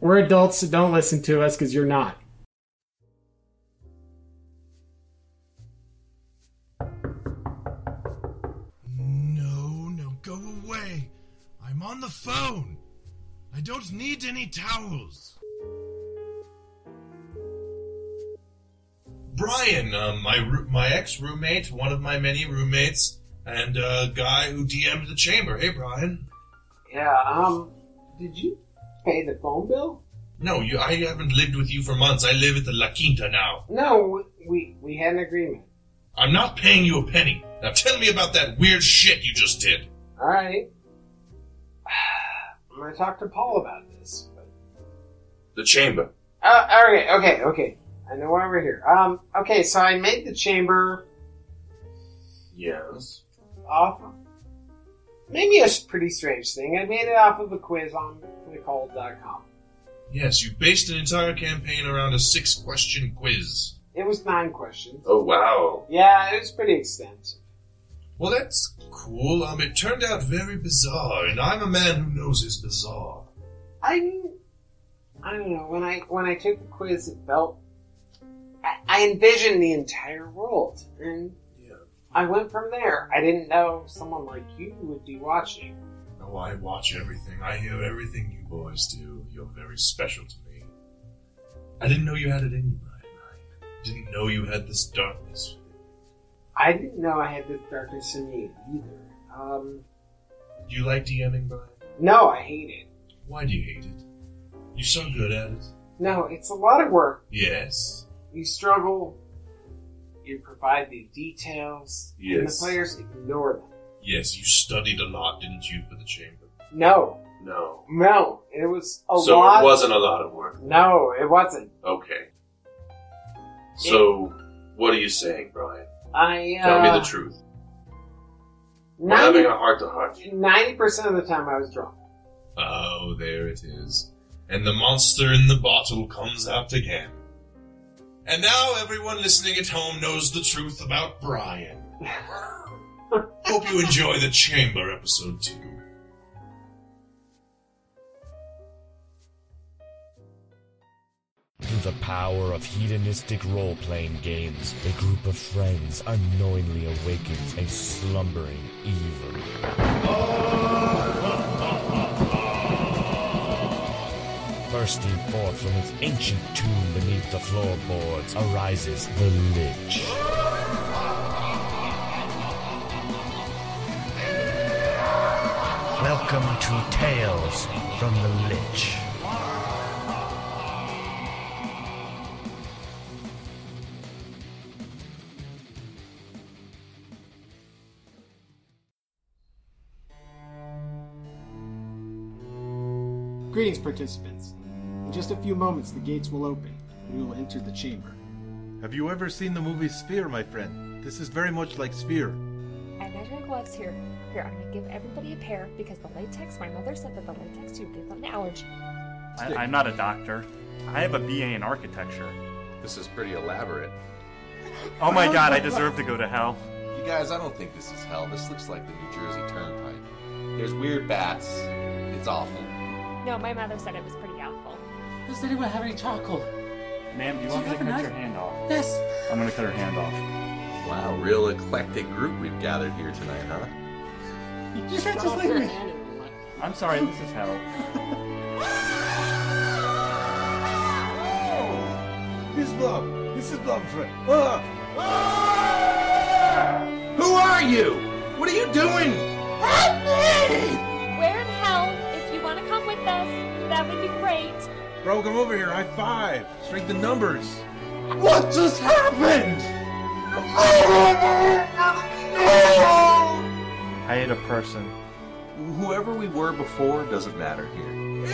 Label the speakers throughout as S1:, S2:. S1: We're adults, so don't listen to us because you're not.
S2: No, no, go away. I'm on the phone. I don't need any towels.
S3: Brian, um, my roo- my ex roommate, one of my many roommates, and uh, guy who DM'd the chamber. Hey, Brian.
S4: Yeah, um, did you pay the phone bill?
S3: No, you, I haven't lived with you for months. I live at the La Quinta now.
S4: No, we, we, we had an agreement.
S3: I'm not paying you a penny. Now tell me about that weird shit you just did.
S4: Alright. I'm gonna talk to Paul about this. But...
S3: The chamber.
S4: Uh, alright, okay, okay. I know why we're here. Um, okay, so I made the chamber
S3: Yes.
S4: off maybe a s- pretty strange thing. I made it off of a quiz on com.
S3: Yes, you based an entire campaign around a six question quiz.
S4: It was nine questions.
S3: Oh, wow.
S4: Yeah, it was pretty extensive.
S3: Well, that's cool. Um, it turned out very bizarre, and I'm a man who knows his bizarre.
S4: I didn't- I don't know when I when I took the quiz, it felt I, I envisioned the entire world, and
S3: Yeah.
S4: I went from there. I didn't know someone like you would be watching.
S3: Oh, I watch everything. I hear everything you boys do. You're very special to me. I didn't know you had it in you, Brian. I didn't know you had this darkness.
S4: I didn't know I had this darkness in me either. Um,
S3: Do you like DMing, Brian?
S4: no, I hate it.
S3: Why do you hate it? You're so good at it.
S4: No, it's a lot of work.
S3: Yes.
S4: You struggle. You provide the details, and the
S3: Yes.
S4: players ignore them.
S3: Yes, you studied a lot, didn't you, for the chamber?
S4: No,
S3: No.
S4: no, it was a lot.
S3: wasn't a lot of work.
S4: no, it wasn't.
S3: Okay. So, what are you saying, Brian?
S4: I uh,
S3: truth.
S4: not-
S3: heart to heart.
S4: Ninety percent of the time, I was drunk.
S3: Oh, there it is. And the monster in the bottle comes out again. And now everyone listening at home knows the truth about Brian. Hope you enjoy the Chamber episode 2.
S5: Through the power of hedonistic role playing games, a group of friends unknowingly awakens a slumbering evil. Bursting forth from its ancient tomb beneath the floorboards arises the Lich. Welcome to Tales from the Lich.
S1: Greetings, participants. In just a few moments, the gates will open, and you will enter the chamber.
S6: Have you ever seen the movie Sphere, my friend? This is very much like Sphere.
S7: I'm measuring gloves here. Here, I'm gonna give everybody a pair because the latex, my mother said that the latex tube gives out an allergy.
S8: I, I'm not a doctor. I have a BA in architecture.
S9: This is pretty elaborate.
S8: Oh my god, I deserve to go to hell.
S9: You guys, I don't think this is hell. This looks like the New Jersey Turnpike. There's weird bats. It's awful.
S7: No, my mother said it was pretty awful.
S10: Does anyone have any charcoal?
S8: Ma'am, do you
S10: Do
S8: want
S10: you
S8: me to
S10: have a
S8: cut
S10: knife?
S8: your hand off?
S10: Yes.
S8: I'm gonna cut her hand off.
S9: Wow, real eclectic group we've gathered here tonight, huh?
S10: You can't just leave me.
S8: I'm sorry, this is hell.
S6: Oh, This Blob! This is Blob, friend! Ah!
S10: Ah!
S9: Who are you? What are you doing? Help me!
S7: Where in hell, if you wanna come with us, that would be great.
S6: Bro, come over here. High five. Strength in numbers.
S9: What just happened? No!
S8: I ate a person.
S9: Whoever we were before doesn't matter here.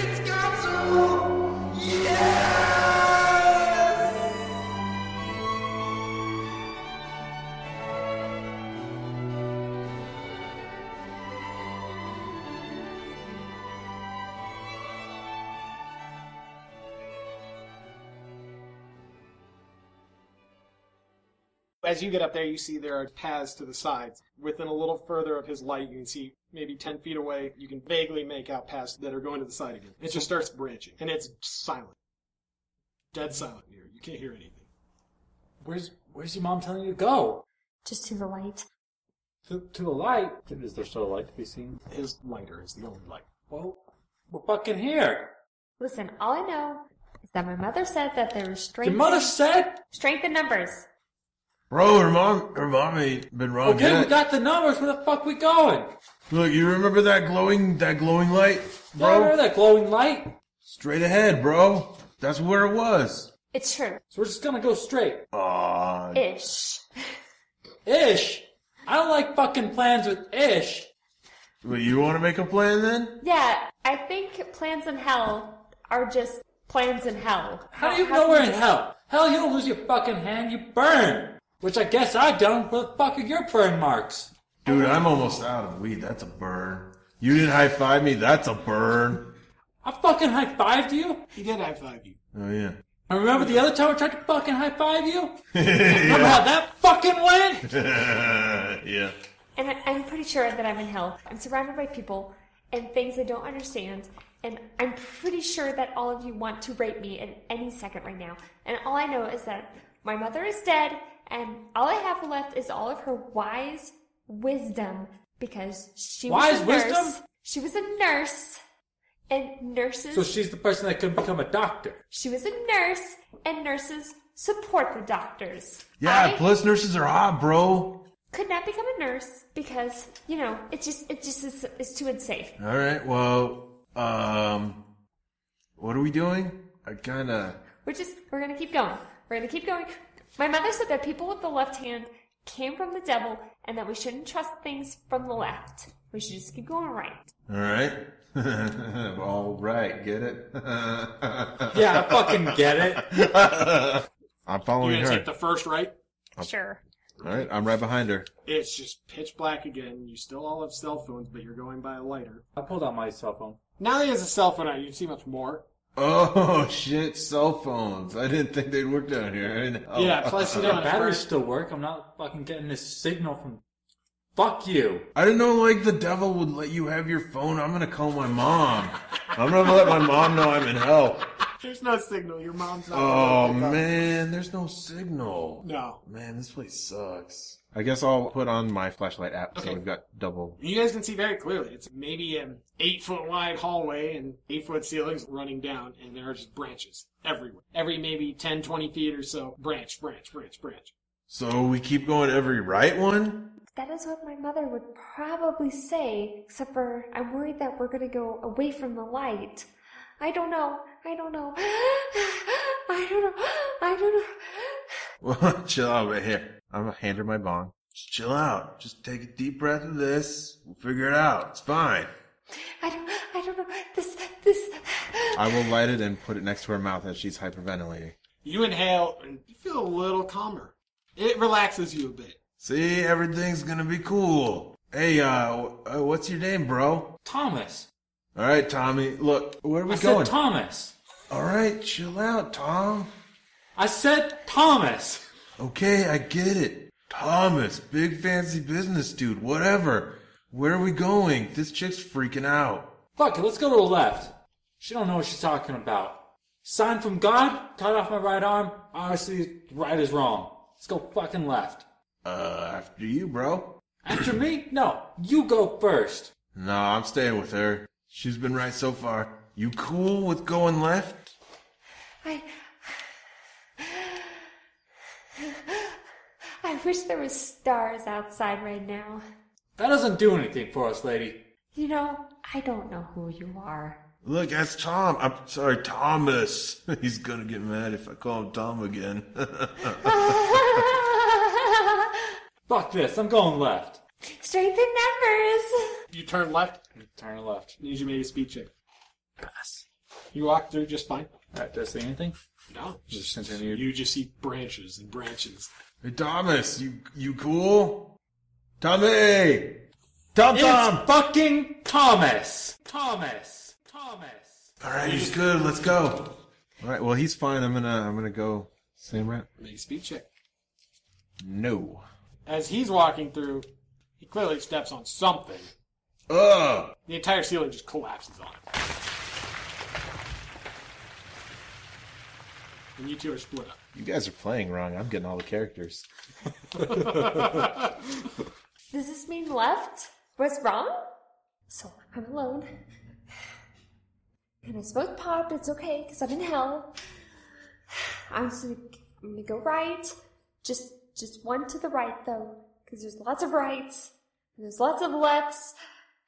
S1: As you get up there, you see there are paths to the sides. Within a little further of his light, you can see
S4: maybe 10 feet away, you can vaguely make out paths that are going to the side again. It just starts branching, and it's silent. Dead silent here. You can't hear anything.
S10: Where's Where's your mom telling you to go?
S7: Just to the light.
S10: To, to the light. Is there still a light to be seen?
S4: His lighter is the only light.
S10: Well, we're fucking here.
S7: Listen, all I know is that my mother said that there was strength.
S10: Your mother said?
S7: Strength in numbers.
S6: Bro, her mom, her mom ain't been wrong
S10: okay,
S6: yet.
S10: we got the numbers. Where the fuck we going?
S6: Look, you remember that glowing, that glowing light,
S10: Yeah, I remember
S6: bro?
S10: that glowing light.
S6: Straight ahead, bro. That's where it was.
S7: It's true.
S10: So we're just gonna go straight.
S6: Aw,
S7: Ish.
S10: Ish. I don't like fucking plans with ish.
S6: Wait, you want to make a plan then?
S7: Yeah, I think plans in hell are just plans in hell.
S10: How do you know we're in hell? Hell, you don't lose your fucking hand. You burn. Which I guess I've done. Where the fuck are your burn marks?
S6: Dude, I'm almost out of weed. That's a burn. You didn't high five me. That's a burn.
S10: I fucking high fived you.
S4: He did high five you.
S6: Oh yeah.
S10: I remember the other time I tried to fucking high five you. Remember
S6: yeah.
S10: how that fucking went?
S6: yeah.
S7: And I- I'm pretty sure that I'm in hell. I'm surrounded by people and things I don't understand. And I'm pretty sure that all of you want to rape me in any second right now. And all I know is that my mother is dead, and all I have left is all of her wise wisdom because she was
S10: Wise
S7: a nurse.
S10: wisdom?
S7: She was a nurse, and nurses.
S10: So she's the person that could become a doctor.
S7: She was a nurse, and nurses support the doctors.
S6: Yeah. Ah, Plus, nurses are hot, bro.
S7: Could not become a nurse because you know it's just it just is it's too unsafe.
S6: All right. Well, um, what are we doing? I kind of.
S7: We're just we're gonna keep going. We're gonna keep going. My mother said that people with the left hand came from the devil, and that we shouldn't trust things from the left. We should just keep going right.
S6: All right. All right. Get it? yeah,
S10: I fucking get
S6: it. I'm
S4: You're
S6: following
S4: gonna
S6: her. Oh.
S4: take the first right.
S7: Sure.
S6: All right. I'm right behind her.
S4: It's just pitch black again. You still all have cell phones, but you're going by a lighter.
S10: I pulled out my cell phone.
S4: Now that he has a cell phone out, you see much more.
S6: Oh shit! Cell phones. I didn't think they'd work down here. Oh.
S10: the batteries still work. I'm not fucking getting this signal from. Fuck you.
S6: I didn't know like the devil would let you have your phone. I'm gonna call my mom. I'm gonna let my mom know I'm in hell.
S4: There's no signal. Your mom's not.
S6: Oh man, there's no signal.
S4: No.
S6: Man, this place sucks. I guess I'll put on my flashlight app so
S4: Okay.
S6: we've got double.
S4: You guys can see very clearly. It's maybe an eight foot wide hallway and eight foot ceilings running down, and there are just branches everywhere. Every maybe 10, 20 feet or so, branch, branch, branch, branch.
S6: So we keep going every right one.
S7: That is what my mother would probably say, except for I'm worried that we're gonna go away from the light. I don't know. I don't know. I don't know. I don't know.
S6: Well, chill out right here. I'm gonna hand her my bong. Just chill out. Just take a deep breath of this. We'll figure it out. It's fine.
S7: I don't. I don't know. This. This.
S6: I will light it and put it next to her mouth as she's hyperventilating.
S4: You inhale and you feel a little calmer. It relaxes you a bit.
S6: See, everything's gonna be cool. Hey, uh, w- uh what's your name, bro?
S10: Thomas.
S6: All right, Tommy. Look, where are we
S10: I said
S6: going?
S10: Thomas.
S6: All right, chill out, Tom.
S10: I said Thomas.
S6: Okay, I get it. Thomas, big fancy business dude, whatever. Where are we going? This chick's freaking out.
S10: Fuck it. Let's go to the left. She don't know what she's talking about. Sign from God. Cut off my right arm. Obviously, right is wrong. Let's go fucking left.
S6: Uh, after you, bro.
S10: After me? No. You go first.
S6: No, I'm staying with her. She's been right so far. You cool with going left?
S7: I. I wish there was stars outside right now.
S10: That doesn't do anything for us, lady.
S7: You know, I don't know who you are.
S6: Look, that's Tom. I'm sorry, Thomas. He's gonna get mad if I call him Tom again.
S10: Fuck this. I'm going left.
S7: Strength in numbers.
S4: You turn left.
S10: Turn left.
S4: Need you made a speed check. Pass. You walk through just fine.
S10: Alright, did I see anything?
S4: No.
S10: Just continue.
S4: You just see branches and branches.
S6: hey, Thomas, you you cool? Tommy, Tom,
S10: It's
S6: Tom.
S10: fucking Thomas. Thomas. Thomas.
S6: All right, he's good. Let's go. All right. Well, he's fine. I'm gonna I'm gonna go. Same route.
S4: Make a speed check.
S6: No.
S4: As he's walking through, he clearly steps on something.
S6: Ugh!
S4: The entire ceiling just collapses on him. And you two are split up.
S11: You guys are playing wrong. I'm getting all the characters.
S7: Does this mean left? What's wrong? So I'm alone. And I spoke pop, it's okay, because I'm in hell. I'm just gonna, I'm gonna go right. Just just one to the right though, because there's lots of rights, and there's lots of lefts.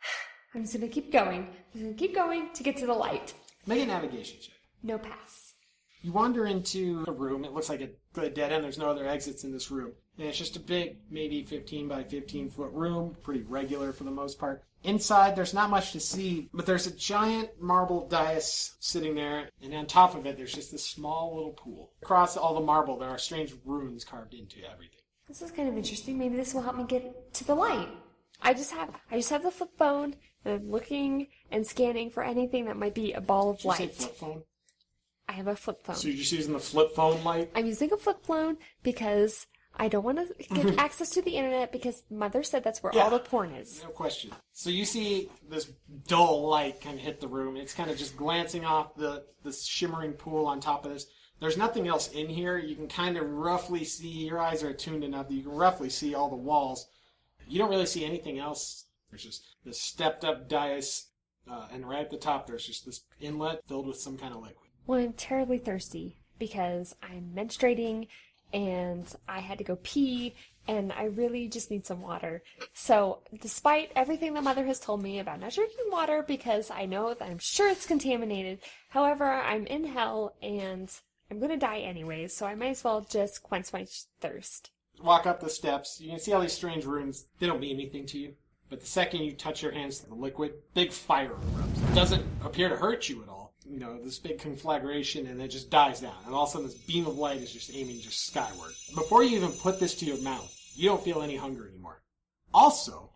S7: I'm just gonna keep going. I'm gonna keep going to get to the light.
S4: Make a navigation check.
S7: No pass.
S4: You wander into a room. It looks like a, a dead end. There's no other exits in this room. And it's just a big, maybe 15 by 15 foot room, pretty regular for the most part. Inside, there's not much to see, but there's a giant marble dais sitting there, and on top of it, there's just this small little pool. Across all the marble, there are strange runes carved into everything.
S7: This is kind of interesting. Maybe this will help me get to the light. I just have I just have the flip phone and I'm looking and scanning for anything that might be a ball of
S4: Did you say
S7: light.
S4: flip phone?
S7: I have a flip phone.
S4: So you're just using the flip phone light?
S7: I'm using a flip phone because I don't want to get access to the internet because mother said that's where all the porn is.
S4: No question. So you see this dull light kind of hit the room. It's kind of just glancing off the this shimmering pool on top of this. There's nothing else in here. You can kind of roughly see. Your eyes are attuned enough that you can roughly see all the walls. You don't really see anything else. There's just this stepped up dais, uh, and right at the top there's just this inlet filled with some kind of liquid.
S7: Well, I'm terribly thirsty because I'm menstruating and I had to go pee and I really just need some water. So, despite everything that mother has told me about not drinking water because I know that I'm sure it's contaminated, however, I'm in hell and I'm going to die anyways, so I might as well just quench my thirst.
S4: Walk up the steps. You can see all these strange runes. They don't mean anything to you. But the second you touch your hands to the liquid, big fire erupts. It doesn't appear to hurt you at all. You know, this big conflagration and it just dies down. And all of a sudden this beam of light is just aiming just skyward. Before you even put this to your mouth, you don't feel any hunger anymore. Also,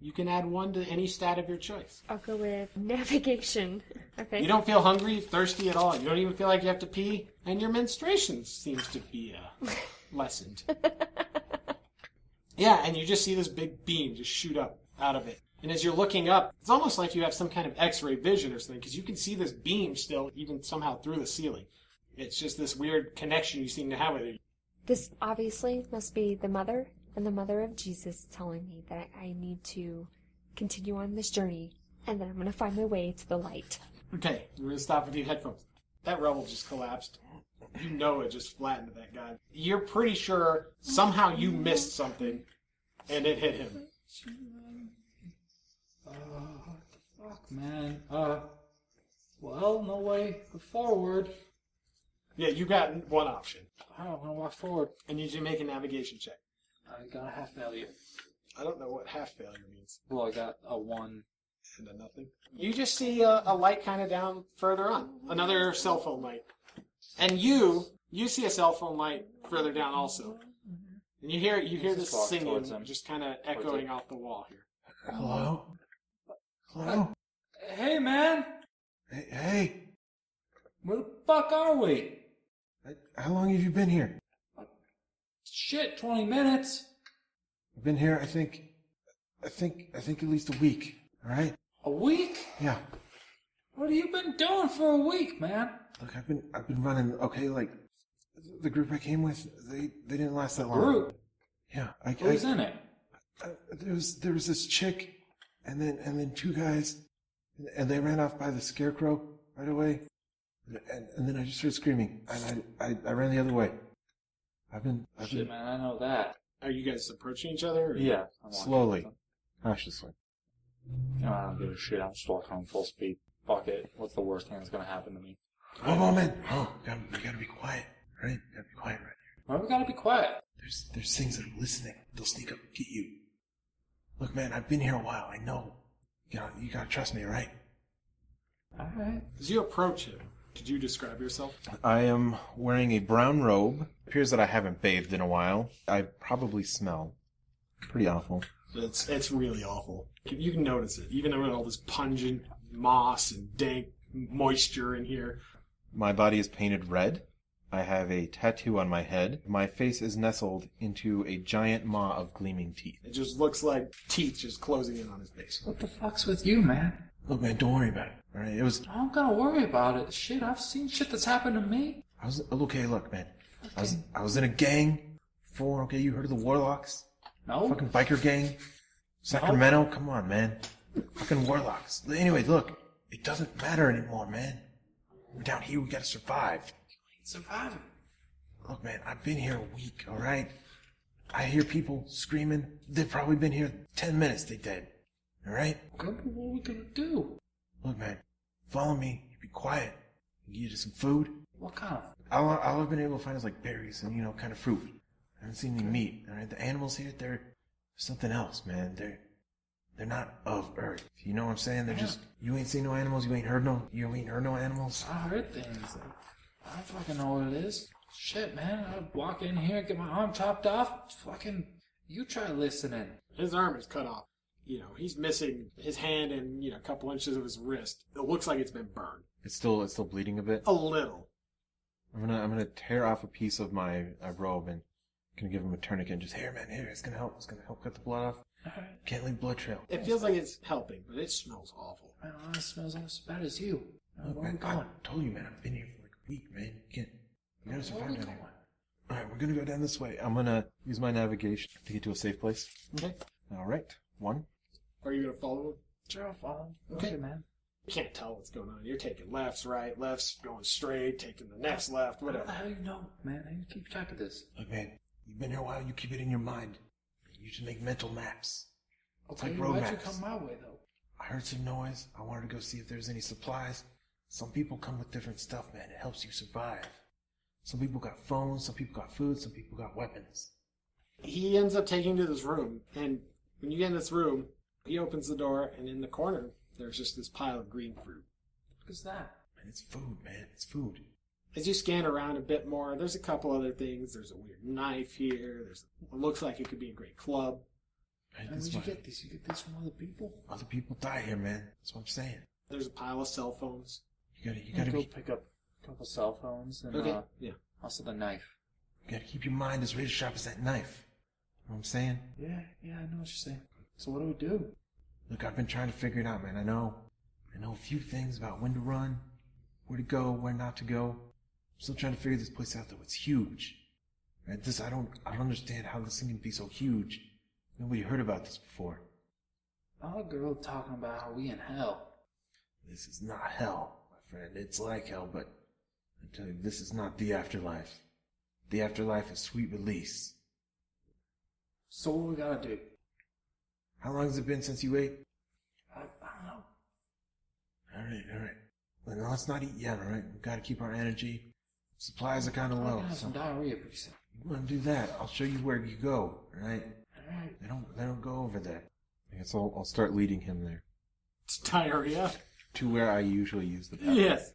S4: you can add one to any stat of your choice.
S7: I'll go with navigation. Okay.
S4: You don't feel hungry, thirsty at all. You don't even feel like you have to pee. And your menstruation seems to be uh, lessened. yeah, and you just see this big beam just shoot up out of it. And as you're looking up, it's almost like you have some kind of x ray vision or something because you can see this beam still, even somehow through the ceiling. It's just this weird connection you seem to have with it.
S7: This obviously must be the mother and the mother of Jesus telling me that I need to continue on this journey and that I'm going to find my way to the light.
S4: Okay, we're going to stop with your headphones. That rebel just collapsed. You know it just flattened that guy. You're pretty sure somehow you missed something and it hit him.
S10: Uh, Fuck, man. Uh, well, no way forward.
S4: Yeah, you got one option.
S10: I don't want to walk forward.
S4: And you need to make a navigation check.
S10: I got a half failure.
S4: I don't know what half failure means.
S10: Well, I got a one.
S4: And a nothing. You just see a, a light kind of down further on. Another cell phone light. And you, you see a cell phone light further down also. And you hear, you hear this
S10: Just walk
S4: singing
S10: towards him.
S4: just kind of echoing off the wall here.
S6: Hello? Hello?
S10: Hey, man!
S6: Hey, hey,
S10: Where the fuck are we?
S6: how long have you been here?
S10: Shit, 20 minutes!
S6: I've been here, I think, I think, I think at least a week, alright?
S10: A week?
S6: Yeah.
S10: What have you been doing for a week, man?
S6: Look, I've been, I've been running, okay, like, the group I came with, they, they didn't last that long.
S10: Group?
S6: Yeah. I,
S10: Who was
S6: I-
S10: in it?
S6: Uh, there was there was this chick, and then and then two guys, and, and they ran off by the scarecrow right away, and and, and then I just heard screaming, and I, I I ran the other way. I've been I've
S10: Shit,
S6: been
S10: man, I know that.
S4: Are you guys approaching each other? or-
S10: Yeah.
S6: slowly, cautiously.
S10: No, I don't give a shit. I'm just walking home full speed. Fuck it. What's the worst thing that's gonna happen to me?
S6: One moment. Oh, we gotta, we gotta be quiet, right? We gotta be quiet right here.
S10: Why we gotta be quiet?
S6: There's there's things that are listening. They'll sneak up and get you. Look, man, I've been here a while. I know. You know, you gotta trust me, right?
S10: Alright.
S4: As you approach him, could you describe yourself?
S11: I am wearing a brown robe. Appears that I haven't bathed in a while. I probably smell pretty awful.
S4: It's it's really awful. You can notice it, even with all this pungent moss and dank moisture in here.
S11: My body is painted red.
S6: I have a tattoo on my head. My face is nestled into a giant maw of gleaming teeth.
S4: It just looks like teeth just closing in on his face.
S10: What the fuck's with you, man?
S6: Look, man, don't worry about it. All right, it was.
S10: I'm gonna worry about it. Shit, I've seen shit that's happened to me.
S6: I was okay. Look, man, I was I was in a gang. Four. Okay, you heard of the Warlocks?
S10: No.
S6: Fucking biker gang. Sacramento. Come on, man. Fucking Warlocks. Anyway, look, it doesn't matter anymore, man. We're down here. We gotta survive.
S10: Surviving.
S6: Look, man, I've been here a week. All right. I hear people screaming. They've probably been here ten minutes. They dead. All right.
S10: What are we gonna do?
S6: Look, man, follow me. Be quiet. I'll get you some food.
S10: What kind of?
S6: All, I- all I've been able to find is like berries and you know kind of fruit. I haven't seen any meat. All right, the animals here, they're something else, man. They're they're not of Earth. You know what I'm saying? They're
S10: Yeah.
S6: just you ain't seen no animals. You ain't heard no. You ain't heard no animals.
S10: I heard things. Like, I don't fucking know what it is. Shit, man. I'd walk in here, get my arm chopped off. Fucking. You try listening.
S4: His arm is cut off. You know, he's missing his hand and, you know, a couple inches of his wrist. It looks like it's been burned.
S6: It's still it's still bleeding a bit.
S4: A little.
S6: I'm gonna I'm gonna tear off a piece of my uh, robe and gonna give him a tourniquet. And just here, man, here. It's gonna help. It's gonna help cut the blood off. Can't leave blood trail.
S4: It feels like it's helping, but it smells awful.
S10: Man, all that smells almost as bad as you. Man,
S6: Look,
S10: where are we
S6: man, I
S10: going?
S6: told you, man. I've been here for like a week, man. You can't. You gotta
S10: Where are
S6: survive
S10: we
S6: down
S10: going?
S6: here. All right, we're gonna go down this way. I'm gonna use my navigation to get to a safe place.
S4: Okay.
S6: All right, one.
S4: Are you going to follow him?
S10: Sure, I'll follow him.
S4: Okay.
S10: Okay, man.
S4: You can't tell what's going on. You're taking lefts, right, lefts, going straight, taking the next left,
S10: How the
S4: whatever.
S10: hell you know, man? How you keep track of this?
S6: Look, man, you've been here a while. You keep it in your mind. You just make mental maps. It's
S10: Okay,
S6: like road
S10: why'd you
S6: maps.
S10: come my way though?
S6: I heard some noise. I wanted to go see if there's any supplies. Some people come with different stuff, man. It helps you survive. Some people got phones. Some people got food. Some people got weapons.
S4: He ends up taking you to this room, and when you get in this room, he opens the door, and in the corner, there's just this pile of green fruit.
S10: Who's that?
S6: Man, it's food, man. It's food.
S4: As you scan around a bit more, there's a couple other things. There's a weird knife here. There's what looks like it could be a great club.
S6: Man,
S10: Man, where'd
S6: this
S10: you
S6: is why
S10: get these? You get these from other people?
S6: other people die here, man. That's what I'm saying.
S4: There's a pile of cell phones.
S6: You gotta, you
S10: I'm
S6: gotta
S10: gonna
S6: be
S10: go pick up a couple cell phones and
S4: Okay.
S10: uh,
S4: Yeah.
S10: also the knife.
S6: You gotta keep your mind as ready to sharp as that knife. You know what I'm saying?
S10: Yeah, yeah, I know what you're saying. So what do we do?
S6: Look, I've been trying to figure it out, man. I know. I know a few things about when to run, where to go, where not to go. I'm still trying to figure this place out though. It's huge. Right? This I don't I don't understand how this thing can be so huge. Nobody heard about this before.
S10: Our girl talking about how we in hell.
S6: This is not hell, my friend. It's like hell, but I tell you, this is not the afterlife. The afterlife is sweet release.
S10: So what we gotta do?
S6: How long has it been since you ate?
S10: I, I don't know.
S6: All right, all right. Well, now let's not eat yet, all right? We've got to keep our energy. Supplies are kind of
S10: I'm
S6: low.
S10: gonna have
S6: Oh, so
S10: some diarrhea pretty soon.
S6: you want to do that? I'll show you where you go, all right?
S10: Alright.
S6: They don't, they don't go over there. I guess I'll, I'll start leading him there
S4: It's diarrhea.
S6: to where I usually use the bathroom.
S4: Yes.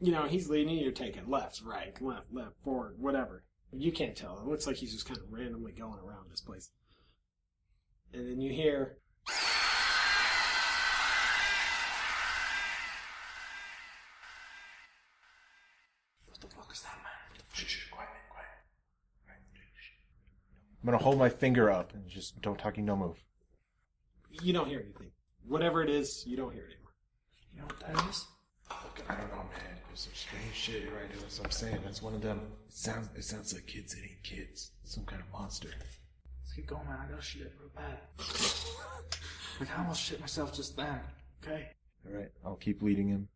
S4: You know, he's leading you, you're taking left, right, left, left, forward, whatever. You can't tell. It looks like he's just kind of randomly going around this place. And then you hear.
S10: What the fuck is that, man?
S6: Shh, shh, quiet, quiet. All right, shh. I'm going to hold my finger up and just don't talking, no move.
S4: You don't hear anything. Whatever it is, you don't hear it anymore.
S10: You know what that is?
S6: Look, I don't know, man. There's some strange shit right here. That's what I'm saying. That's one of them. It sounds, it sounds like kids. It ain't kids. Some kind of monster.
S10: Let's get going, man. I gotta shit real bad. like, I almost shit myself just then. Okay?
S6: All right, I'll keep leading him.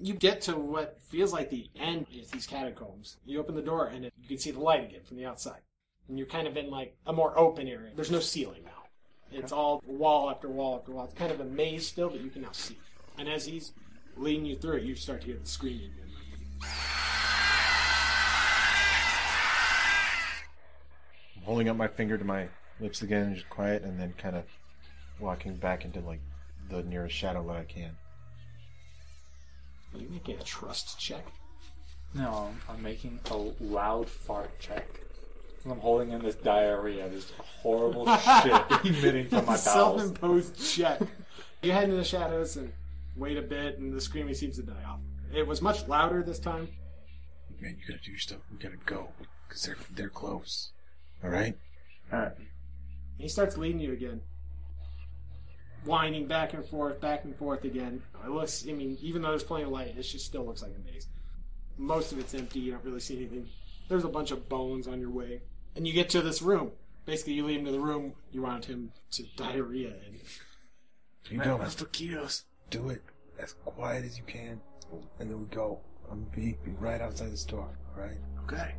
S4: You get to what feels like the end of these catacombs. You open the door, and it, you can see the light again from the outside. And you're kind of in like a more open area. There's no ceiling now. It's all wall after wall after wall. It's kind of a maze still, but you can now see. And as he's leading you through it, you start to hear the screaming. again.
S6: I'm holding up my finger to my lips again, just quiet, and then kind of walking back into like the nearest shadow that I can.
S4: Are you making a trust check?
S10: No, I'm, I'm making a loud fart check. 'Cause I'm holding in this diarrhea, this horrible shit emitting from my bowels.
S4: Self-imposed check. you head into the shadows and wait a bit, and the screaming seems to die off. It was much louder this time.
S6: man, you gotta do your stuff. We gotta go because they're they're close. All right.
S12: All right.
S4: He starts leading you again. Winding back and forth, back and forth again. It looks, I mean, even though there's plenty of light, it just still looks like a maze. Most of it's empty, you don't really see anything. There's a bunch of bones on your way. And you get to this room. Basically, you lead him to the room you want him to diarrhea in.
S6: You go.
S4: That's for kiddos.
S6: Do it as quiet as you can, and then we go. I'm gonna be, be right outside this door. All right.
S4: Okay.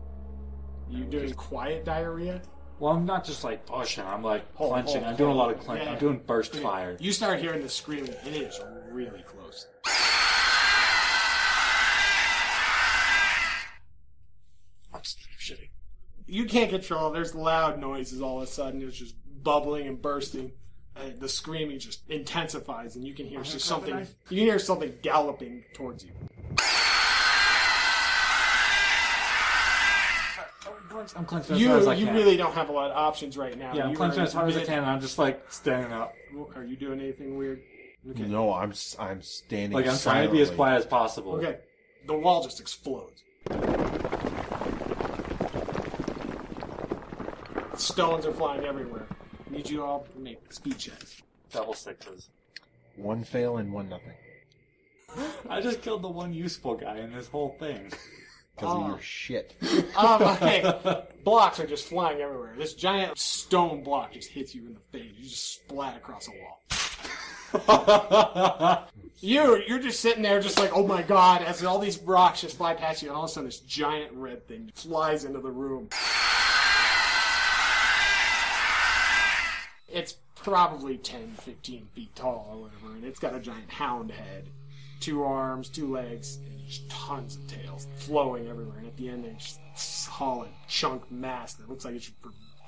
S4: You doing quiet diarrhea?
S12: Well, I'm not just like pushing. I'm like
S4: Hold,
S12: clenching.
S4: hold,
S12: I'm doing a lot
S4: hold.
S12: of clenching.
S4: Yeah.
S12: I'm doing burst
S4: Yeah.
S12: fire.
S4: You start hearing the screaming, and it is really close.
S12: I'm shitting.
S4: You can't control. it. There's loud noises all of a sudden. It's just bubbling and bursting. Uh, the screaming just intensifies, and you can hear
S12: I'm gonna
S4: just
S12: grab a
S4: something.
S12: knife.
S4: You can hear something galloping towards you.
S12: I'm clenching as hard as
S4: You
S12: I
S4: you
S12: can.
S4: really don't have a lot of options right now.
S12: Yeah, I'm
S4: You
S12: clenching
S4: are
S12: as hard as I
S4: mid-
S12: can. And I'm just like standing up.
S4: Are you doing anything weird?
S6: No, I'm s- I'm standing.
S12: Like I'm trying to be as
S6: silently.
S12: quiet as possible.
S4: Okay, the wall just explodes. Stones are flying everywhere. Need you all to make speed checks.
S12: Double sixes.
S6: One fail and one nothing.
S12: I just killed the one useful guy in this whole thing.
S6: Because
S4: Oh.
S6: of your shit.
S4: Um, okay, blocks are just flying everywhere. This giant stone block just hits you in the face. You just splat across a wall. you you're just sitting there, just like oh my god, as all these rocks just fly past you, and all of a sudden this giant red thing flies into the room. It's probably 10, 15 feet tall or whatever, and it's got a giant hound head, two arms, two legs, and just tons of tails flowing everywhere. And at the end, there's a solid chunk mass that looks like it's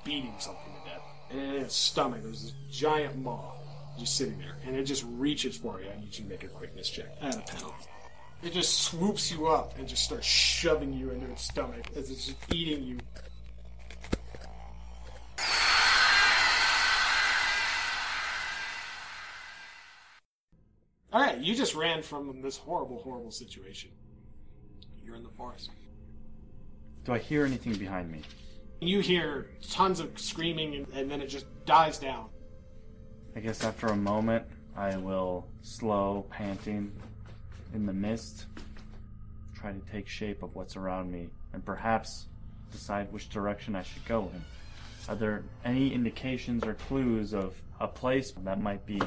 S4: beating something to death. And in its stomach, there's this giant maw just sitting there, and it just reaches for you. I need you to make a quickness check at a penalty. It just swoops you up and just starts shoving you into its stomach as it's just eating you. All right, you just ran from this horrible, horrible situation. You're in the forest.
S5: Do I hear anything behind me?
S4: You hear tons of screaming, and, and then it just dies down.
S5: I guess after a moment, I will slow panting in the mist, try to take shape of what's around me, and perhaps decide which direction I should go in. Are there any indications or clues of a place that might be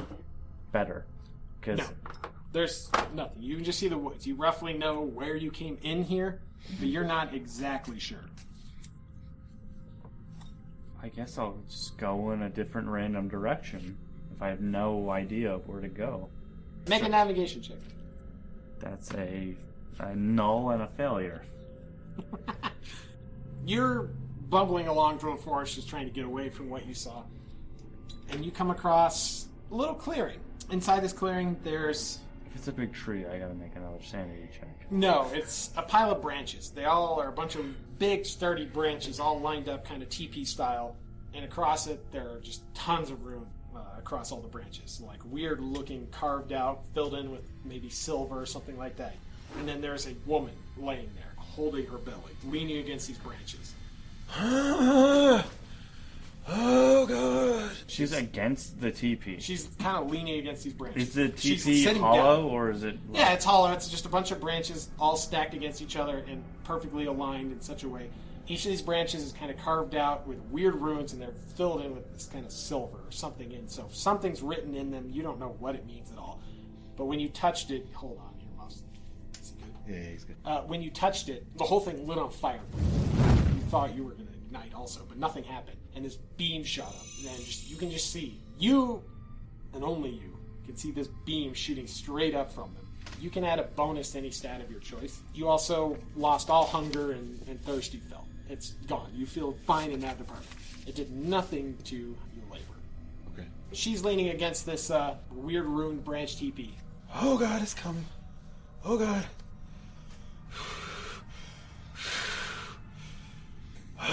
S5: better? Because
S4: No. There's nothing. You can just see the woods. You roughly know where you came in here, but you're not exactly sure.
S5: I guess I'll just go in a different random direction if I have no idea of where to go.
S4: Make a navigation check.
S5: That's a, a null and a failure.
S4: You're bumbling along through the forest, just trying to get away from what you saw, and you come across a little clearing. Inside this clearing, there's
S5: If it's a big tree, I gotta make another sanity check.
S4: No, it's a pile of branches. They all are a bunch of big, sturdy branches, all lined up, kind of teepee style. And across it, there are just tons of room uh, across all the branches, like weird looking, carved out, filled in with maybe silver or something like that. And then there's a woman laying there, holding her belly, leaning against these branches.
S6: oh god.
S5: She's against the teepee.
S4: She's kind of leaning against these
S5: Is
S4: branches.
S5: the
S4: She's
S5: teepee
S4: sitting
S5: hollow
S4: down.
S5: or is it?
S4: Yeah, it's hollow. It's just a bunch of branches all stacked against each other and perfectly aligned in such a way. Each of these branches is kind of carved out with weird runes, and they're filled in with this kind of silver or something in. So if something's written in them, you don't know what it means at all. But when you touched it, hold on here, Muffs. Is it good?
S6: Yeah, he's good.
S4: Uh, when you touched it, the whole thing lit on fire. You thought you were going to ignite also, but nothing happened. And this beam shot up, and then just you can just see you, and only you, can see this beam shooting straight up from them. You can add a bonus to any stat of your choice. You also lost all hunger and, and thirst you felt. It's gone. You feel fine in that department. It did nothing to your labor.
S6: Okay.
S4: She's leaning against this uh, weird ruined branch teepee.
S6: Oh god, it's coming. Oh god.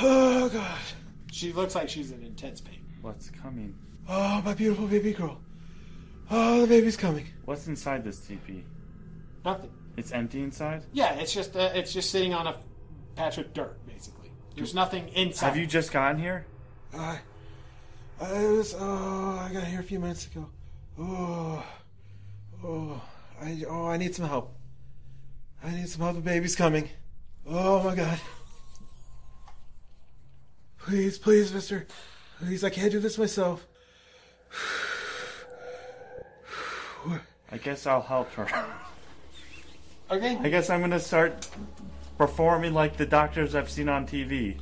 S6: Oh god.
S4: She looks like she's in intense pain.
S5: What's coming?
S6: Oh, my beautiful baby girl. Oh, the baby's coming.
S5: What's inside this teepee?
S4: Nothing.
S5: It's empty inside.
S4: Yeah, it's just uh, it's just sitting on a patch of dirt, basically. There's nothing inside.
S5: Have you just gotten here?
S6: I, I was, oh, I got here a few minutes ago. Oh, oh, I, oh, I need some help. I need some help. The baby's coming. Oh my god. Please, please, mister. Please, I can't do this myself.
S5: I guess I'll help her.
S4: Okay.
S5: I guess I'm gonna start performing like the doctors I've seen on TV.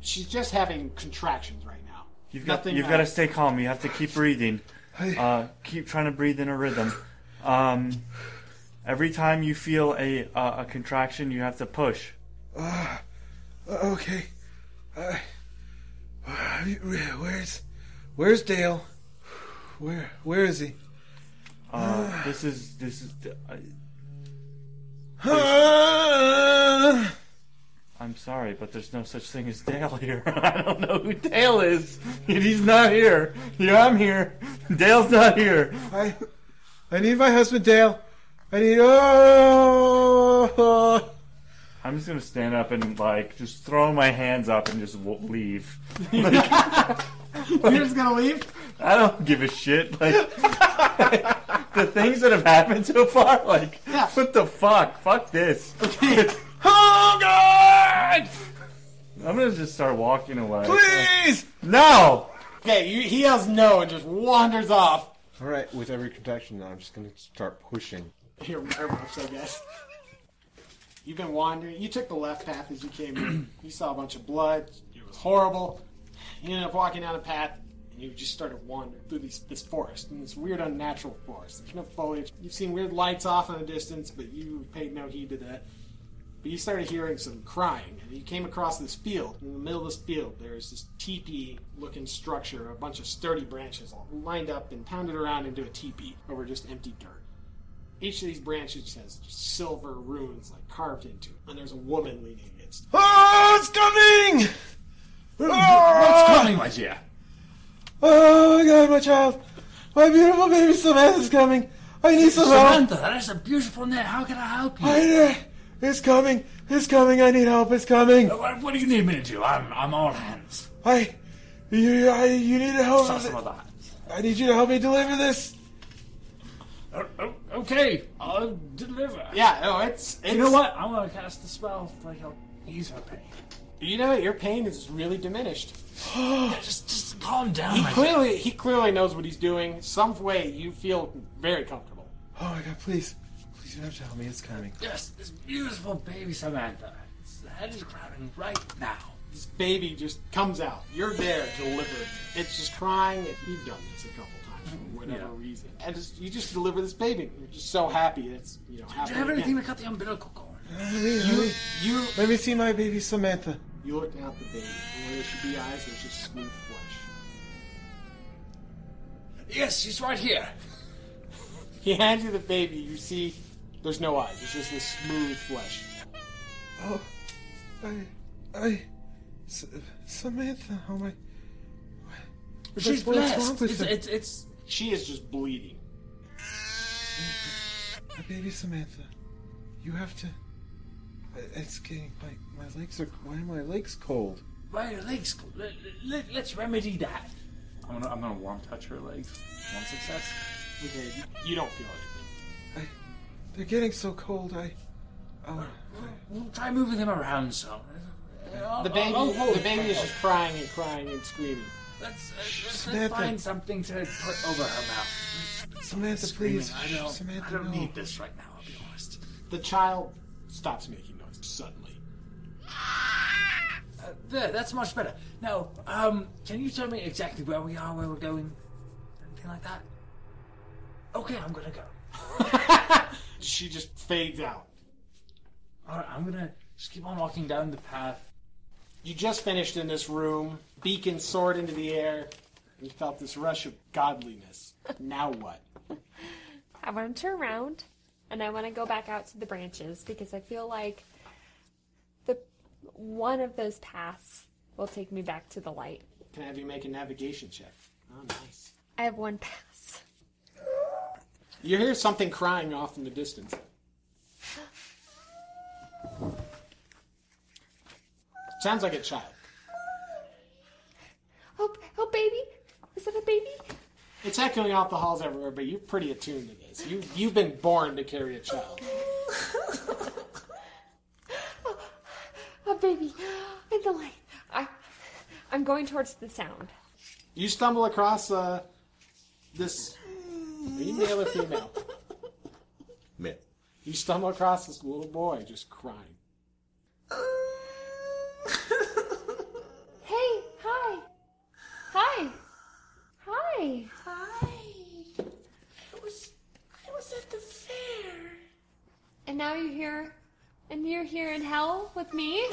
S4: She's just having contractions right now.
S5: You've got
S4: Nothing
S5: you've
S4: else.
S5: got to stay calm. You have to keep breathing. Uh, keep trying to breathe in a rhythm. Um, every time you feel a uh, a contraction, you have to push.
S6: Uh, okay. I, where's, where's Dale? Where, where is he?
S5: Uh, this is this is. Uh, I'm sorry, but there's no such thing as Dale here. I don't know who Dale is. He's not here. Yeah, I'm here. Dale's not here.
S6: I, I need my husband, Dale. I need. Oh,
S5: I'm just gonna stand up and like just throw my hands up and just w- leave. Like,
S4: You're just gonna leave?
S5: I don't give a shit. Like the things that have happened so far. Like what the fuck? Fuck this. oh god! I'm gonna just start walking away.
S4: Please!
S5: No!
S4: Okay, you, he yells no and just wanders off.
S6: All right, with every contraction, I'm just going to start pushing.
S4: Here, werewolves, I guess. You've been wandering. You took the left path as you came in. You saw a bunch of blood. It was horrible. You ended up walking down a path, and you just started wandering through these, this forest, and this weird, unnatural forest. There's no foliage. You've seen weird lights off in the distance, but you paid no heed to that. But you started hearing some crying, and you came across this field. In the middle of this field, there's this teepee-looking structure, a bunch of sturdy branches all lined up and pounded around into a teepee over just empty dirt. Each of these branches has just silver runes like carved into it, and there's a woman leaning against. it.
S6: Oh, it's coming!
S4: What's coming,
S6: Oh! my dear? Oh my god, my child! My beautiful baby Samantha's coming! I need some help!
S10: Samantha, that is a beautiful net. How can I help you?
S6: I need, it's coming! It's coming! I need help! It's coming!
S10: Uh, What, what do you need me to do? I'm, I'm all hands.
S6: I, you, I, you need to help.
S10: Saw some of that.
S6: I need you to help me deliver this.
S10: Oh, oh, okay, I'll deliver.
S4: Yeah, no, it's,
S10: You know
S4: it's-
S10: what? I'm gonna cast the spell. Like I'll ease her pain.
S4: You know what? Your pain is really diminished.
S10: just, just calm down.
S4: He
S10: my
S4: clearly, he clearly knows what he's doing. Some way, you feel very comfortable.
S6: Oh my god, please. Please you don't have to help me, it's coming.
S10: Yes, this beautiful baby Samantha. Its head is crowding right now.
S4: This baby just comes out. You're there delivering. It's just crying. You've done this a couple times for whatever
S10: Yeah.
S4: reason, and just, you just deliver this baby. You're just so happy. It's you know.
S10: Do you have anything to cut the umbilical cord?
S6: Let me, let, me,
S4: you,
S6: let me see my baby Samantha.
S4: You look down at the baby, and where there should be eyes, there's just smooth flesh.
S10: Yes, she's right here.
S4: He hands you the baby. You see, there's no eyes. It's just this smooth flesh.
S6: Oh, I, I, S- Samantha, oh my. But
S10: She's
S6: that's what's
S10: blessed.
S6: wrong with
S10: It's,
S6: her.
S10: it's, it's
S4: she is just bleeding.
S6: My baby Samantha, you have to. I- It's getting, my, my legs are, why are my legs cold?
S10: Right, her legs. Let, let, let's remedy that.
S12: I'm gonna, I'm gonna warm touch her legs. One success.
S4: Okay, you don't feel anything.
S6: They're getting so cold, I, oh.
S10: We'll try moving him around some.
S4: The baby, the baby is just crying and crying and screaming.
S10: Let's, uh, let's, let's
S6: Samantha.
S10: find something to put over her mouth.
S6: Samantha,
S10: Screaming.
S6: please.
S10: I don't,
S6: Samantha,
S10: I don't
S6: no.
S10: need this right now, I'll be honest.
S4: The child stops making noise suddenly.
S10: Uh, there, that's much better. Now, um, can you tell me exactly where we are, where we're going? Anything like that? Okay, I'm gonna go.
S4: She just fades out.
S10: Alright, I'm gonna just keep on walking down the path.
S4: You just finished in this room, beacon soared into the air. You felt this rush of godliness. Now what?
S13: I want to turn around and I want to go back out to the branches because I feel like the one of those paths will take me back to the light.
S4: Can I have you make a navigation check? Oh, nice.
S13: I have one pass.
S4: You hear something crying off in the distance. Sounds like a child.
S7: Oh, oh, baby. Is that a baby?
S4: It's echoing off the halls everywhere, but you're pretty attuned to this. You you've been born to carry a child.
S7: Oh, baby. In the light. I, I'm going towards the sound.
S4: You stumble across uh, this female or female.
S14: Male.
S4: You stumble across this little boy just crying.
S7: Hey, hi. Hi. Hi.
S15: Hi. I was I was at the fair.
S7: And now you're here, and you're here in hell with me?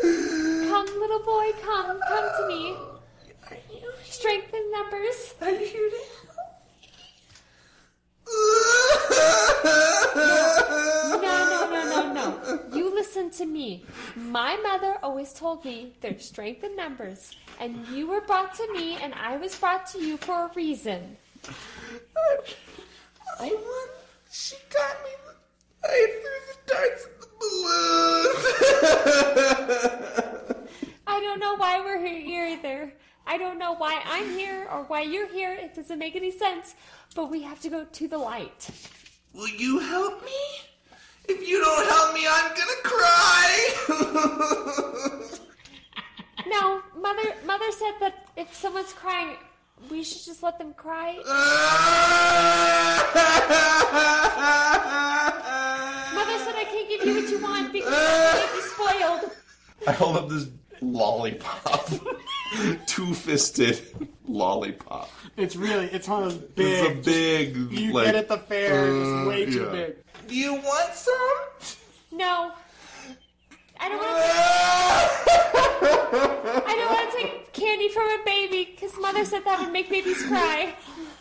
S7: come, little boy, come. Come to me. Strength in numbers. Are you here No, no, no, no, no. You listen to me. My mother always told me there's strength in numbers, and you were brought to me, and I was brought to you for a reason.
S15: I won. She got me. I threw the darts at the balloon.
S7: I don't know why we're here either. I don't know why I'm here or why you're here. It doesn't make any sense. But we have to go to the light.
S15: Will you help me? If you don't help me, I'm gonna cry.
S7: No, mother. Mother said that if someone's crying, we should just let them cry. mother said I can't give you what you want because you spoiled.
S14: I hold up this lollipop. Two fisted lollipop.
S4: It's really it's one of those
S14: It's a
S4: big.
S14: big.
S4: You
S14: like, uh,
S4: get at the fair, it's way too
S14: yeah.
S4: big.
S15: Do you want some?
S7: No. I don't want to. I don't want to take candy from a baby because mother said that would make babies cry.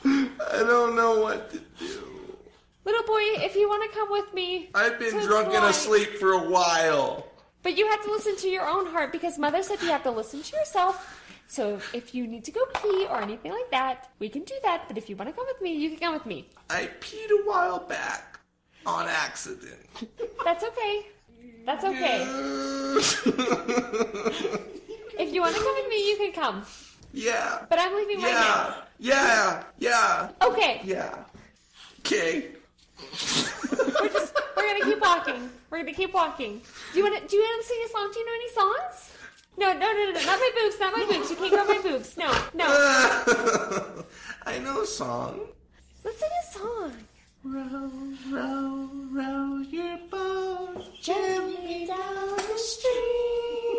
S15: I don't know what. To,
S7: Little boy, if you want to come with me,
S15: I've been
S7: to the
S15: drunk and
S7: light.
S15: asleep for a while.
S7: But you have to listen to your own heart because mother said you have to listen to yourself. So if you need to go pee or anything like that, we can do that. But if you want to come with me, you can come with me.
S15: I peed a while back on accident.
S7: That's okay. That's okay. if you want to come with me, you can come.
S15: Yeah.
S7: But I'm leaving right
S15: Yeah. Yeah. Yeah.
S7: now. Okay.
S15: Yeah. Okay.
S7: We're just we're gonna keep walking. We're gonna keep walking. Do you wanna do you wanna sing a song? Do you know any songs? No, no, no, no, no. Not my boobs, not my boobs. You can't grab my boobs. No, no.
S15: I know a song.
S7: Let's sing a song.
S15: Row, row, row your boat gently down the stream.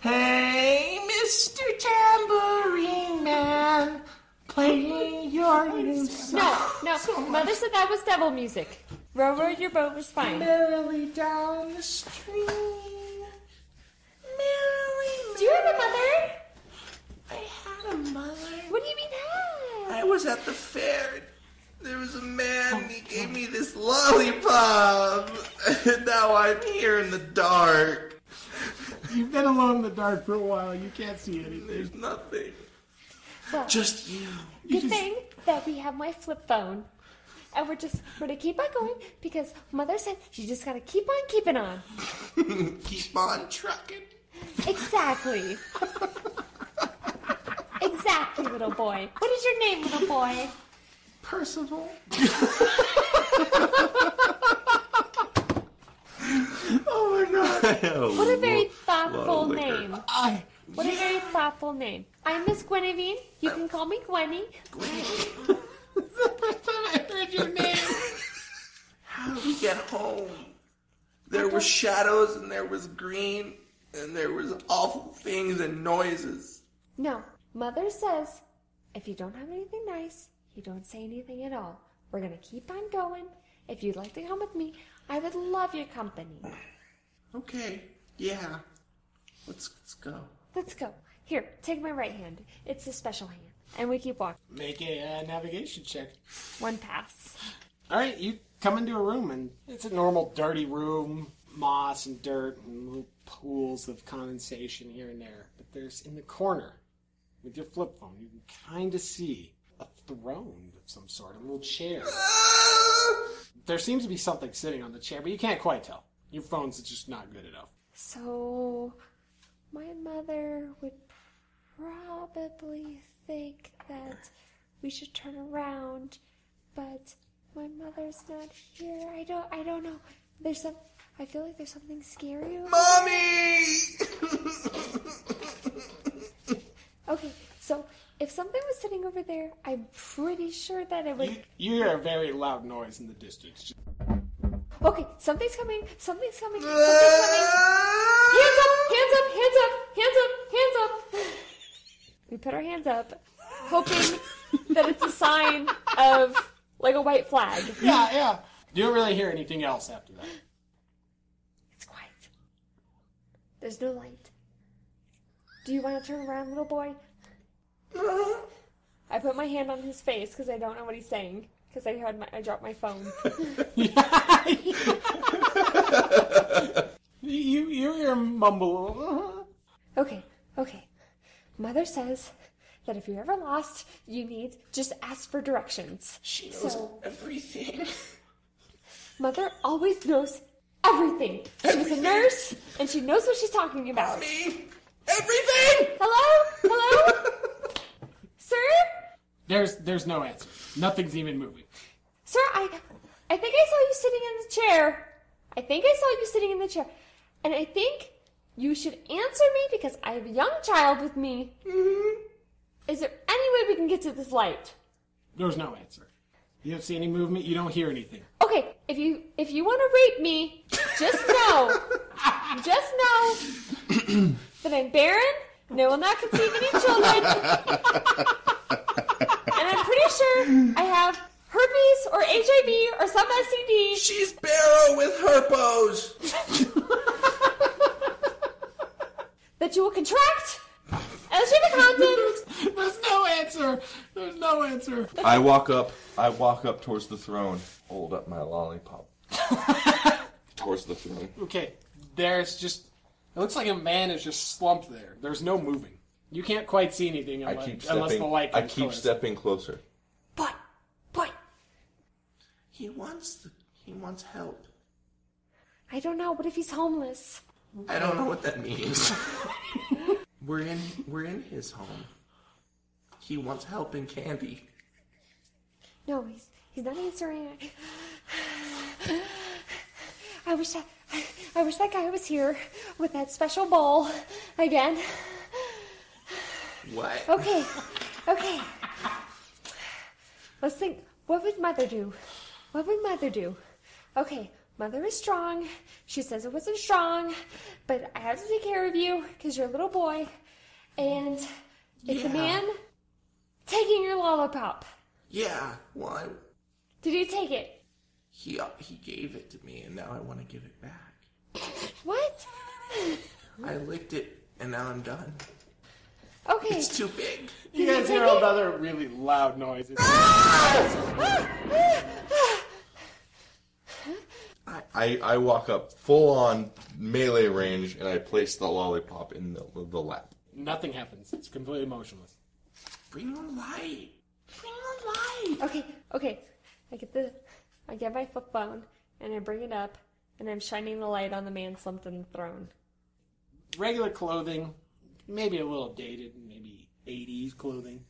S15: Hey, Mr. Tambourine Man, play your new song.
S7: No, no. Mother said that was devil music. Row, row your boat was fine.
S15: Merrily down the stream. Merrily,
S7: Do you have a mother?
S15: I had a mother.
S7: What do you mean how?
S15: I was at the fair. There was a man. and He gave me this lollipop. And now I'm here in the dark.
S4: You've been alone in the dark for a while. You can't see anything. There's
S15: nothing.
S7: Well,
S15: Just you.
S7: good thing that we have my flip phone. And we're just we're gonna keep on going because mother said you just gotta keep on keeping on.
S15: Keep on trucking.
S7: Exactly. exactly, little boy. What is your name, little boy?
S4: Percival.
S15: Oh my god.
S7: What a very thoughtful name.
S15: I,
S7: What a very thoughtful name. I'm Miss Guinevere. You can call me Gwenny.
S15: I heard your name. How did we get home? There were shadows, and there was green, and there was awful things and noises.
S7: No, mother says if you don't have anything nice, you don't say anything at all. We're gonna keep on going. If you'd like to come with me, I would love your company.
S15: Okay. Yeah. Let's let's go.
S7: Let's go. Here, take my right hand. It's a special hand. And we keep walking.
S4: Make a uh, navigation check.
S7: One pass.
S4: All right, you come into a room, and it's a normal, dirty room, moss and dirt and little pools of condensation here and there. But there's in the corner, with your flip phone, you can kind of see a throne of some sort, a little chair. There seems to be something sitting on the chair, but you can't quite tell. Your phone's just not good enough.
S7: So, my mother would probably think that we should turn around, but my mother's not here. I don't. I don't know. There's some. I feel like there's something scary. over there. Okay, so if something was sitting over there, I'm pretty sure that it would.
S4: You hear a very loud noise in the distance.
S7: Okay, something's coming. Something's coming. Something's coming. Hands up! Hands up! Hands up! Hands up! Hands up! We put our hands up, hoping that it's a sign of like a white flag.
S4: Yeah, yeah. You don't really hear anything else after that.
S7: There's no light. Do you want to turn around, little boy? I put my hand on his face because I don't know what he's saying because I had my, I dropped my phone.
S4: You you hear him mumble.
S7: Okay, okay. Mother says that if you're ever lost, you need just ask for directions. She
S15: knows everything.
S7: Mother always knows everything. She was a nurse and she knows what she's talking about. Mommy, everything. Hello, hello, sir,
S4: There's there's no answer. Nothing's even moving.
S7: sir. I, I think I saw you sitting in the chair. I think I saw you sitting in the chair, and I think you should answer me because I have a young child with me. Is there any way we can get to this light?
S4: There's no answer. You don't see any movement. You don't hear anything.
S7: Okay, if you if you want to rape me, just know, just know that I'm barren and I will not conceive any children, and I'm pretty sure I have herpes or HIV or some STD.
S15: She's barren with herpos.
S7: that you will contract as you condom.
S4: There's no answer. There's no answer.
S14: I walk up. I walk up towards the throne. Hold up my lollipop. towards the throne.
S4: Okay, there's just. It looks like a man is just slumped there. There's no moving. You can't quite see anything
S14: I
S4: unless,
S14: keep
S4: unless
S14: stepping.
S4: the light
S14: I
S4: comes
S14: keep
S4: close.
S14: stepping closer.
S15: He wants. The, he wants help.
S7: I don't know. What if he's homeless?
S15: I don't know what that means. we're in. We're in his home. He wants help and candy.
S7: No, he's he's not answering. I wish that I, I wish that guy was here with that special bowl again.
S15: What?
S7: Okay, okay. Let's think. What would mother do? What would mother do? Okay, mother is strong. She says I wasn't strong, but I have to take care of you because you're a little boy, and it's a
S15: Yeah.
S7: man taking your lollipop.
S15: Yeah. Well, I,
S7: Did you take it?
S15: he he gave it to me, and now I want to give it back.
S7: What?
S15: I licked it, and now I'm done.
S7: Okay.
S15: It's too big.
S4: You guys hear another really loud noise.
S14: I, I walk up full on melee range and I place the lollipop in the, the lap.
S4: Nothing happens. It's completely motionless.
S15: Bring on light.
S7: Okay, okay. I get the, I get my flip phone and I bring it up and I'm shining the light on the man slumped on the throne.
S4: Regular clothing, maybe a little dated, maybe 80s clothing.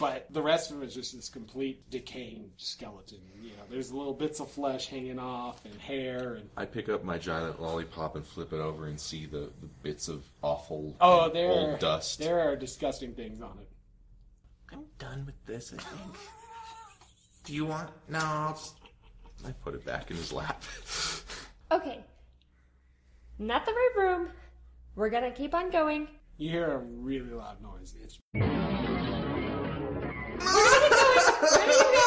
S4: But the rest of it is just this complete decaying skeleton. You know, there's little bits of flesh hanging off and hair and
S14: I pick up my giant lollipop and flip it over and see the, the bits of awful
S4: oh,
S14: and
S4: there
S14: old
S4: are,
S14: dust.
S4: there are disgusting things on it.
S15: I'm done with this. I think. Do you want? No. I'll just...
S14: I put it back in his lap.
S7: Okay. Not the right room. We're gonna keep on going.
S4: You hear a really loud noise. It's You're-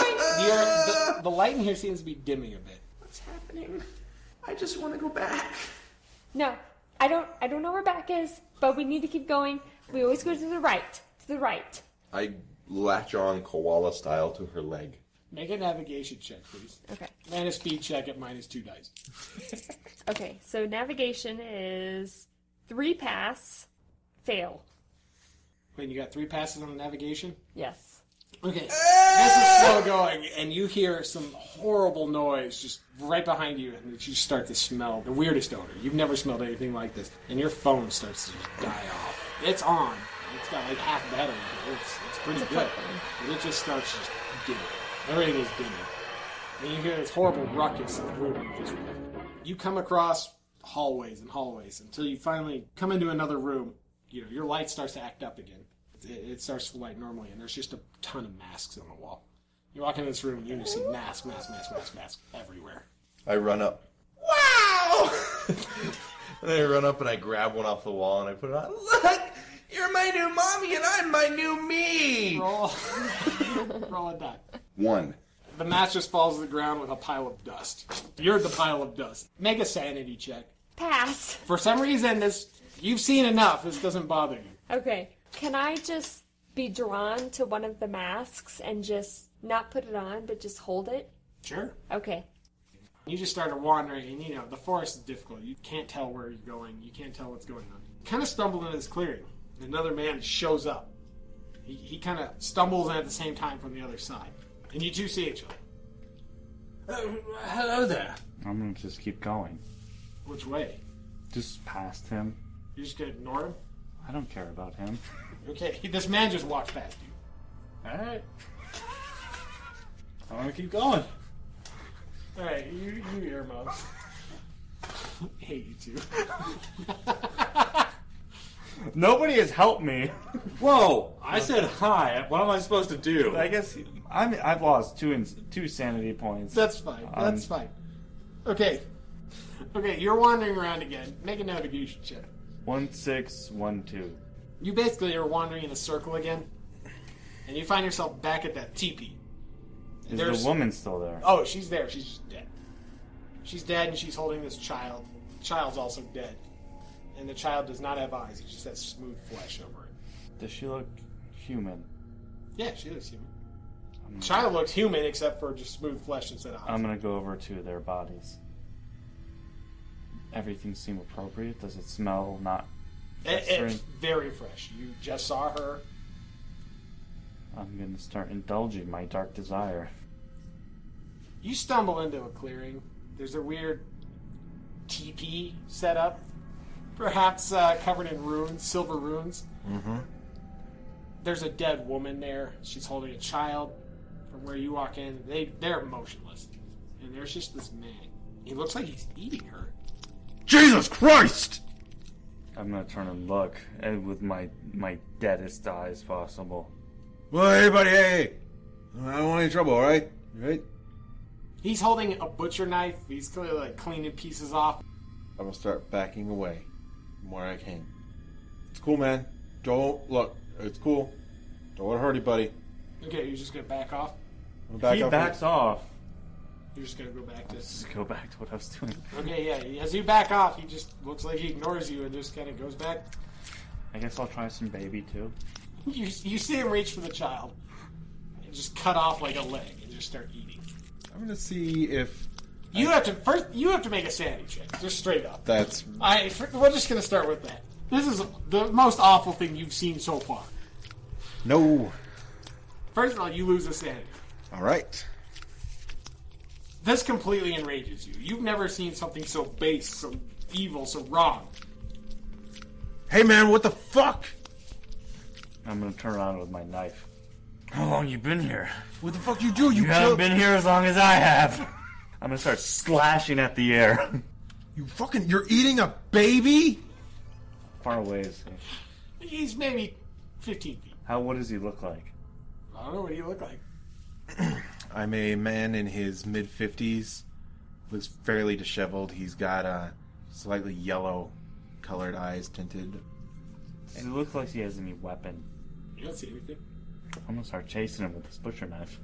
S4: the, the light in here seems to be dimming a bit.
S15: What's happening? I just want to go back.
S7: No, I don't. I don't know where back is, but we need to keep going. We always go to the right, to the right.
S14: I latch on koala style to her leg.
S4: Make a navigation check, please.
S7: Okay.
S4: And a speed check at minus two dice.
S7: Okay, so navigation is three pass, fail.
S4: Wait, you got three passes on the navigation?
S7: Yes.
S4: Okay. This is slow going, and you hear some horrible noise just right behind you, and you start to smell the weirdest odor. You've never smelled anything like this, and your phone starts to just die off. It's on. It's got like half battery. but It's, it's pretty
S7: It's a
S4: good.
S7: flip
S4: But it just starts just dimming. Everything is dimming. And you hear this horrible ruckus in the room. You just you come across hallways and hallways until you finally come into another room. You know, your light starts to act up again. It, it starts to light normally, and there's just a ton of masks on the wall. You walk into this room, and you just see mask, mask, mask, mask, mask everywhere.
S14: I run up.
S15: Wow!
S14: And I run up and I grab one off the wall and I put it on.
S15: Look! You're my new mommy and I'm my new me!
S4: Roll. Oh. Roll a die.
S14: One.
S4: The mask just falls to the ground with a pile of dust. You're the pile of dust. Make a sanity check.
S7: Pass.
S4: For some reason, this you've seen enough. This doesn't bother you.
S7: Okay. Can I just be drawn to one of the masks and just not put it on, but just hold it?
S4: Sure.
S7: Okay.
S4: You just started wandering, and you know, the forest is difficult. You can't tell where you're going, you can't tell what's going on. You kind of stumble into this clearing. Another man shows up. He, he kind of stumbles in at the same time from the other side. And you two see each other. Uh, hello there.
S5: I'm gonna just keep going.
S4: Which way?
S5: Just past him.
S4: You're just going to ignore him?
S5: I don't care about him.
S4: Okay, he- this man just walked past you.
S16: Alright. I'm gonna keep going.
S4: Alright, you, you earmuffs. hate you two.
S5: Nobody has helped me.
S16: Whoa! I said hi. What am I supposed to do?
S5: I guess I'm. I've lost two ins two sanity points.
S4: That's fine.
S5: Um,
S4: That's fine. Okay. Okay, you're wandering around again. Make a navigation check.
S5: One six one two.
S4: You basically are wandering in a circle again, and you find yourself back at that teepee.
S5: Is
S4: There's-
S5: the woman still there?
S4: Oh, she's there. She's just dead. She's dead, and she's holding this child. The child's also dead, and the child does not have eyes. It just has smooth flesh over it.
S5: Does she look human?
S4: Yeah, she looks human.
S5: Hmm.
S4: The child looks human except for just smooth flesh instead of eyes.
S5: I'm gonna go over to their bodies. Everything seem appropriate. Does it smell not?
S4: It-
S5: festering?
S4: it's very fresh. You just saw her.
S5: I'm gonna start indulging my dark desire.
S4: You stumble into a clearing. There's a weird teepee set up, perhaps uh, covered in runes, silver runes.
S6: Mm-hmm.
S4: There's a dead woman there. She's holding a child. From where you walk in, they they're motionless, and there's just this man. He looks like he's eating her.
S5: Jesus Christ! I'm gonna turn and look, and with my my deadest eyes possible.
S6: Well, hey, buddy, hey, hey. I don't want any trouble, all right? All right?
S4: He's holding a butcher knife. He's clearly like cleaning pieces off.
S6: I'm gonna start backing away from where I came. It's cool, man. Don't look. It's cool. Don't want to hurt anybody.
S4: Okay, you're just gonna back off.
S6: I'm gonna
S5: he
S6: off
S5: backs off.
S4: You're just gonna go back to.
S5: Just go back to what I was doing.
S4: Okay, yeah. As you back off, he just looks like he ignores you and just kind of goes back.
S5: I guess I'll try some baby too.
S4: You, you see him reach for the child and just cut off like a leg and just start eating.
S6: I'm gonna see if
S4: You have to first. You have to make a sanity check, just straight up.
S6: that's
S4: I fir- we're just gonna start with that. This is the most awful thing you've seen so far.
S6: no.
S4: First of all, you lose a sanity.
S6: All right.
S4: This completely enrages you. You've never seen something so base, so evil, so wrong.
S6: Hey, man, what the fuck?
S5: I'm gonna turn around with my knife.
S6: How
S5: long you been here?
S6: What the fuck you do? You,
S5: You haven't
S6: killed-
S5: been here as long as I have. I'm gonna start slashing at the air.
S6: You fucking. You're eating a baby.
S5: Far away is he?
S4: He's maybe fifteen feet.
S5: How? What does he look like?
S4: I don't know what do you look like.
S17: I'm a man in his mid 50s. Looks fairly disheveled. He's got uh, slightly yellow colored eyes tinted.
S5: Does he look like he has any weapon?
S4: You don't see anything.
S5: I'm gonna start chasing him with this butcher knife.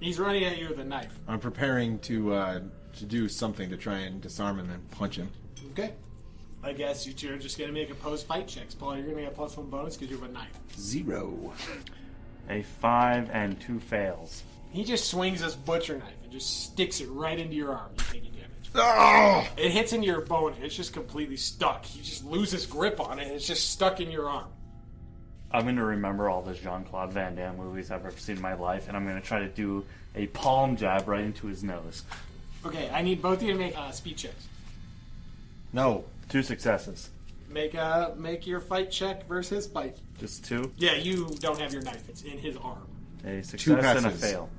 S4: He's running at you with a knife.
S6: I'm preparing to uh, to do something to try and disarm him and punch him.
S4: Okay. I guess you two are just gonna make opposed fight checks, Paul. You're gonna get plus one bonus because you have a knife.
S6: Zero.
S5: A five and two fails.
S4: He just swings this butcher knife and just sticks it right into your arm. You take damage.
S6: Oh!
S4: It hits into your bone and it's just completely stuck. You just lose his grip on it and it's just stuck in your arm.
S5: I'm going to remember all the Jean Claude Van Damme movies I've ever seen in my life, and I'm going to try to do a palm jab right into his nose.
S4: Okay, I need both of you to make uh, speed checks.
S5: No. Two successes.
S4: Make uh, make your fight check versus his fight.
S5: Just two?
S4: Yeah, you don't have your knife. It's in his arm.
S5: A success and a
S11: passes.
S5: fail.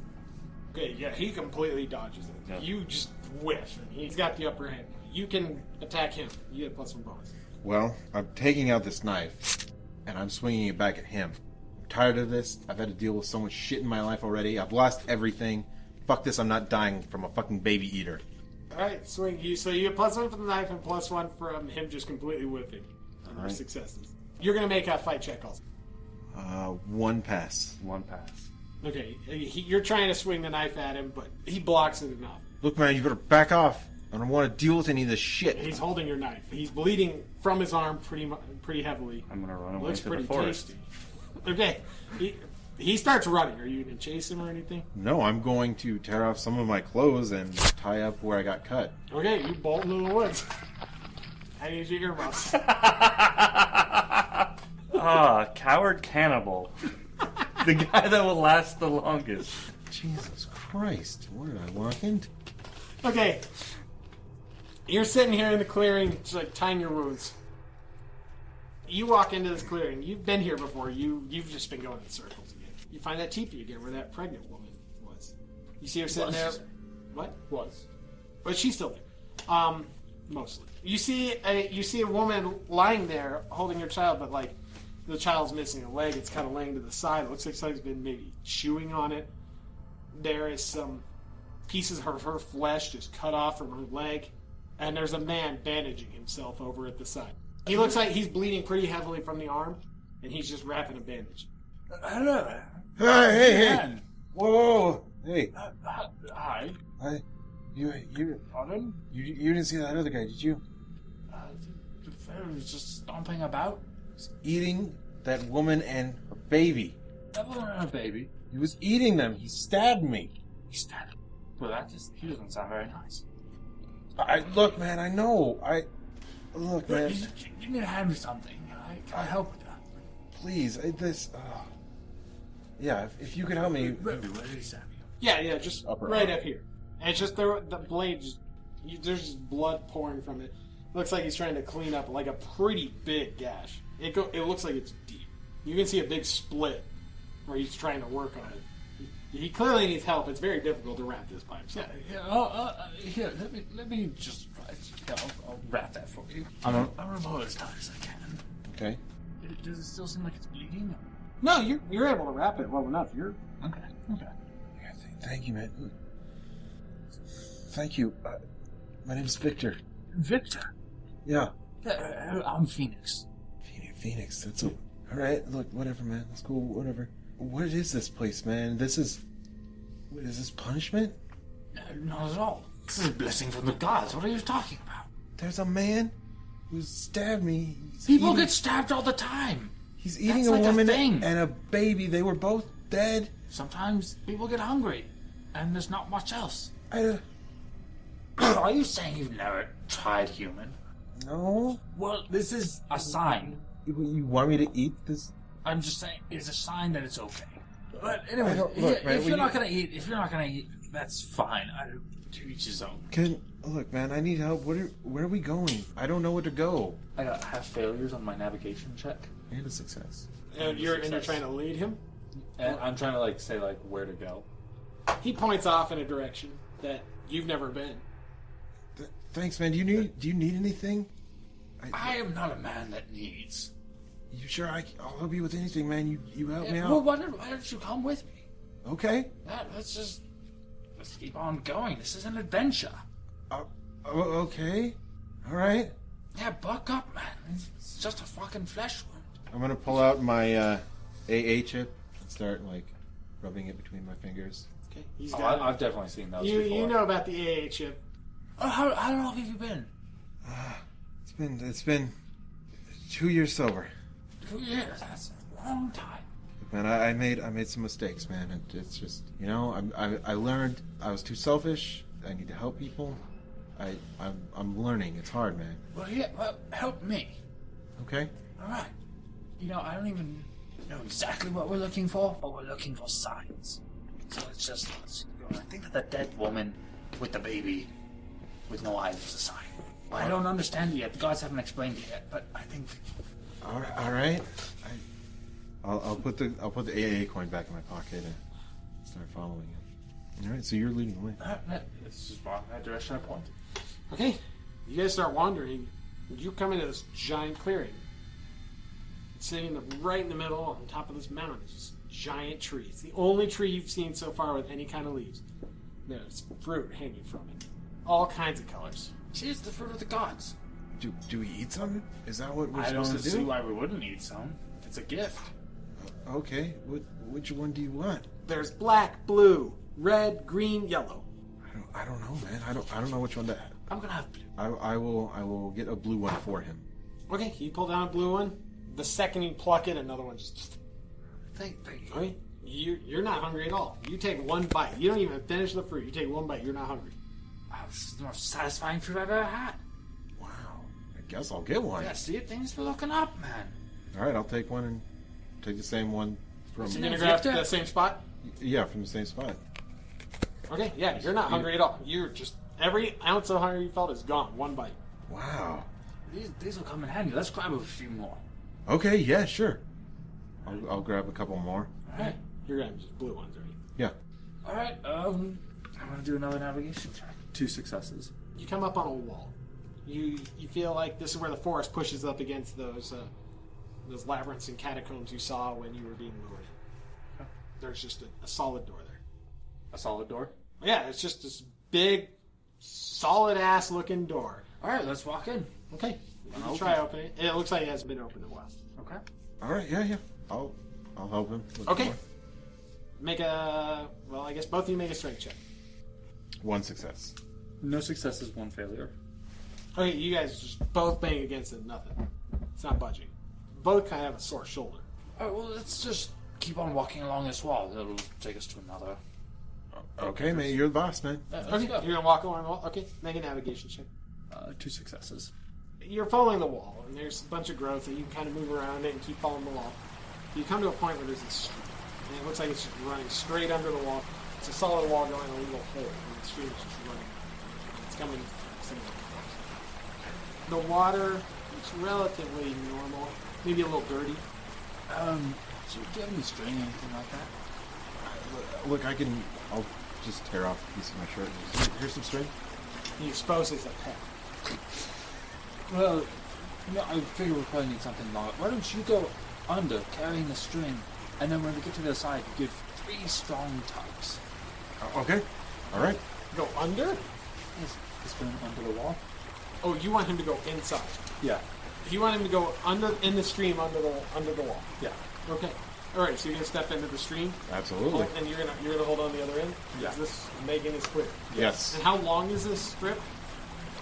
S4: Okay, yeah, he completely dodges it.
S5: Yeah.
S4: You just whiff, and he's got the upper hand. You can attack him. You get a plus one bonus.
S11: Well, I'm taking out this knife and I'm swinging it back at him. I'm tired of this. I've had to deal with so much shit in my life already. I've lost everything. Fuck this. I'm not dying from a fucking baby eater.
S4: All right, swing. You so you get plus one from the knife and plus one from him just completely whiffing. on your
S11: All right.
S4: successes. You're gonna make a fight check also.
S11: Uh, one pass.
S5: One pass.
S4: Okay, he, you're trying to swing the knife at him, but he blocks it enough.
S11: Look, man, you better back off. I don't want to deal with any of this shit.
S4: He's holding your knife. He's bleeding from his arm pretty mu- pretty heavily.
S5: I'm gonna run away
S4: Looks
S5: to the
S4: pretty
S5: forest.
S4: tasty. Okay, he, he starts running. Are you gonna chase him or anything?
S11: No, I'm going to tear off some of my clothes and tie up where I got cut.
S4: Okay, you bolt into the woods. I need your earmuffs.
S5: Ah, coward cannibal. the guy that will last the longest.
S11: Jesus Christ, where did I walk into?
S4: okay, you're sitting here in the clearing, just like tying your wounds. You walk into this clearing. You've been here before. You you've just been going in circles again. You find that teepee again where that pregnant woman was. You see her sitting there.
S10: Was.
S4: What was? But she's still there. Um, mostly. You see a you see a woman lying there holding her child, but like the child's missing a leg. It's kind of laying to the side. It looks like somebody's been maybe chewing on it. There is some pieces of her flesh just cut off from her leg, and there's a man bandaging himself over at the side. He looks like he's bleeding pretty heavily from the arm, and he's just wrapping a bandage.
S10: Hello.
S6: Hey, hey, hey!
S10: Man.
S6: Whoa, whoa, whoa. hey!
S10: Uh, Hi.
S6: I, you, you,
S10: Pardon?
S6: you, you didn't see that other guy, did you?
S10: Uh, the fairy was just stomping about.
S11: Eating that woman and her baby.
S10: That wasn't her baby.
S11: He was eating them. He stabbed me.
S10: He stabbed. Well, that just he doesn't sound very nice.
S11: I look, man. I know. I
S10: Look,
S11: look, man.
S10: you, you- you need to hand me something. I, can I help with that?
S11: Please, I, this. Uh, yeah, if, if you could help me.
S10: Ruby, where did he stab you?
S4: Yeah, yeah, just
S11: Upper
S4: right
S11: arm.
S4: up here. And it's just the, the blade, just, you, there's just blood pouring from it. Looks like he's trying to clean up like a pretty big gash. It go, it looks like it's deep. You can see a big split where he's trying to work on it. He, he clearly needs help. It's very difficult to wrap this by
S10: Yeah,
S4: himself.
S10: yeah. Oh, uh, uh, here, let me let me just write. Yeah, I'll, I'll wrap that for you.
S11: I'm a-
S10: I'll remove it as tight as I can.
S11: Okay.
S10: It- Does it still seem like it's bleeding?
S4: No, you're you're able to wrap it well enough. You're
S10: Okay. Okay.
S6: Thank you, man. Thank you. Uh, my name's Victor.
S10: Victor.
S6: Yeah,
S10: Uh, uh, I'm Phoenix.
S6: Phoenix. That's all. All right. Look, whatever, man. That's cool. Whatever. What is this place, man? This is. What is this punishment?
S10: No, Uh, not at all. This is a blessing from the gods. What are you talking about?
S6: There's a man who stabbed me. He's
S10: People
S6: eating-
S10: get stabbed all the time.
S6: He's eating
S10: That's
S6: a
S10: like a
S6: woman
S10: thing.
S6: and a baby. They were both dead.
S10: Sometimes people get hungry, and there's not much else.
S6: I uh, don't-
S10: Are you saying you've never tried human?
S6: No.
S10: Well, this is a sign.
S6: You, you want me to eat this?
S10: I'm just saying it's a sign that it's okay. But anyway,
S6: I don't-
S10: i-
S6: look,
S10: if
S6: man,
S10: you're
S6: we-
S10: not gonna eat, if you're not gonna eat, that's fine. I don't to each his own.
S11: Can look, man. I need help. What are where are we going? I don't know where to go.
S18: I got half failures on my navigation check.
S11: And a success.
S4: and you're and you're trying to lead him.
S18: And I'm trying to like say like where to go.
S4: He points off in a direction that you've never been.
S11: Thanks, man. Do you need do you need anything?
S10: I am not a man that needs.
S11: You sure? I, I'll help you with anything, man. You you help me out.
S10: Well, why don't, why don't you come with me?
S11: Okay.
S10: That, let's just let's keep on going. This is an adventure.
S11: Oh, okay. All right.
S10: Yeah, buck up, man. It's- It's just a fucking flesh wound.
S11: I'm gonna pull out my uh, AA chip and start like rubbing it between my fingers.
S4: Okay. He's
S18: Oh,
S4: got
S18: I, I've definitely seen those
S4: you
S18: before.
S4: you know about the AA chip.
S10: Oh, how, how long have you been?
S11: It's been it's been two years sober,
S10: Two years. That's a long time.
S11: man. I, I made I made some mistakes, man. It, it's just you know I'm- I I learned I was too selfish. I need to help people. I I'm, I'm learning. It's hard, man.
S10: Well, yeah. Well, help me.
S11: Okay.
S10: All right. You know, I don't even know exactly what we're looking for, but we're looking for signs. So it's just, it's- I think that the dead woman with the baby with no eyes is a sign. But I don't understand it yet. The gods haven't explained it yet, but I think
S17: All right, all right. I, I'll, I'll put the I'll put the AA coin back in my pocket and start following it. All right, so you're leading the way.
S5: It's just wrong. That direction I pointed.
S4: Okay, you guys start wandering. You come into this giant clearing. It's sitting in the, right in the middle on top of this mountain. It's just a giant tree. It's the only tree you've seen so far with any kind of leaves. There's fruit hanging from it, all kinds of colors.
S10: she is the fruit of the gods.
S17: Do do we eat some? Is that what we're
S5: I don't
S17: supposed to do?
S5: see why we wouldn't eat some. It's a gift.
S17: Okay, what which one do you want?
S4: There's black, blue, red, green, yellow.
S17: I don't, I don't know, man. I don't I don't know which one to.
S4: I'm gonna have
S17: I, I will I will get a blue one for him.
S4: Okay, you pull down a blue one. The second you pluck it, another one just.
S10: Thank, thank you.
S4: I mean, you, you're not hungry at all. You take one bite. You don't even finish the fruit. You take one bite. You're not hungry.
S10: Wow, this is the most satisfying fruit I've ever had.
S17: I guess I'll get one.
S10: Yeah, see, things are looking up, man.
S17: All right, I'll take one and take the same one from.
S4: So you're gonna grab
S10: Victor?
S4: that same spot.
S17: Yeah, from the same spot.
S4: Okay, yeah, you're not hungry at all. You're just every ounce of hunger you felt is gone. One bite.
S17: Wow.
S10: These, these will come in handy. Let's grab a few more.
S17: Okay, yeah, sure. I'll, I'll grab a couple more.
S10: Alright.
S4: You're grabbing just blue ones, right?
S17: Yeah.
S10: Alright, um, I'm gonna do another navigation check.
S5: Two successes.
S4: You come up on a wall. You you feel like this is where the forest pushes up against those uh, those labyrinths and catacombs you saw when you were being lured. There's just a, a solid door there.
S5: A solid door.
S4: Yeah, it's just this big, solid ass looking door.
S10: All right, let's walk in.
S4: Okay, you
S10: I'll
S4: can try opening it. It looks like it hasn't been opened in a while.
S10: Okay.
S17: All right, yeah, yeah. I'll I'll help him. with the
S4: Okay.
S17: more.
S4: Make a well. I guess both of you make a strength check.
S17: One success.
S5: No successes, one failure.
S4: Okay, you guys just both bang against it. Nothing. It's not budging. Both kind of have a sore shoulder.
S10: Alright, well, let's just keep on walking along this wall. It'll take us to another.
S17: Okay, man, you're the boss, man.
S10: Yeah, Uh, let's
S4: Okay,
S10: go.
S4: you're gonna walk along the wall. Okay, make a navigation check.
S5: Uh, two successes.
S4: You're following the wall, and there's a bunch of growth that you can kind of move around it and keep following the wall. You come to a point where there's this stream, and it looks like it's just running straight under the wall. It's a solid wall going in a little hole, and the stream is just running. It's coming from somewhere. The water looks relatively normal, maybe a little dirty.
S10: Um, so do you have any string or anything like that?
S17: Look, I can. I'll just tear off a piece of my shirt. and
S10: uh,
S17: just- Here's some string.
S4: You suppose it's a pet.
S10: Well, no, I figure we probably need something longer. Why don't you go under, carrying the string, and then when we get to the other side, you give three strong tugs.
S17: Okay. All right.
S4: Go under?
S10: Yes, it's going under the wall.
S4: Oh, you want him to go inside.
S5: Yeah.
S4: You want him to go under in the stream under the under the wall.
S5: Yeah.
S4: Okay. All right. So you're gonna step into the stream.
S17: Absolutely.
S4: Hold- and you're gonna you're gonna hold on the other end.
S5: Yeah.
S4: Is this Megan is clear?
S17: Yes.
S4: And how long is this strip?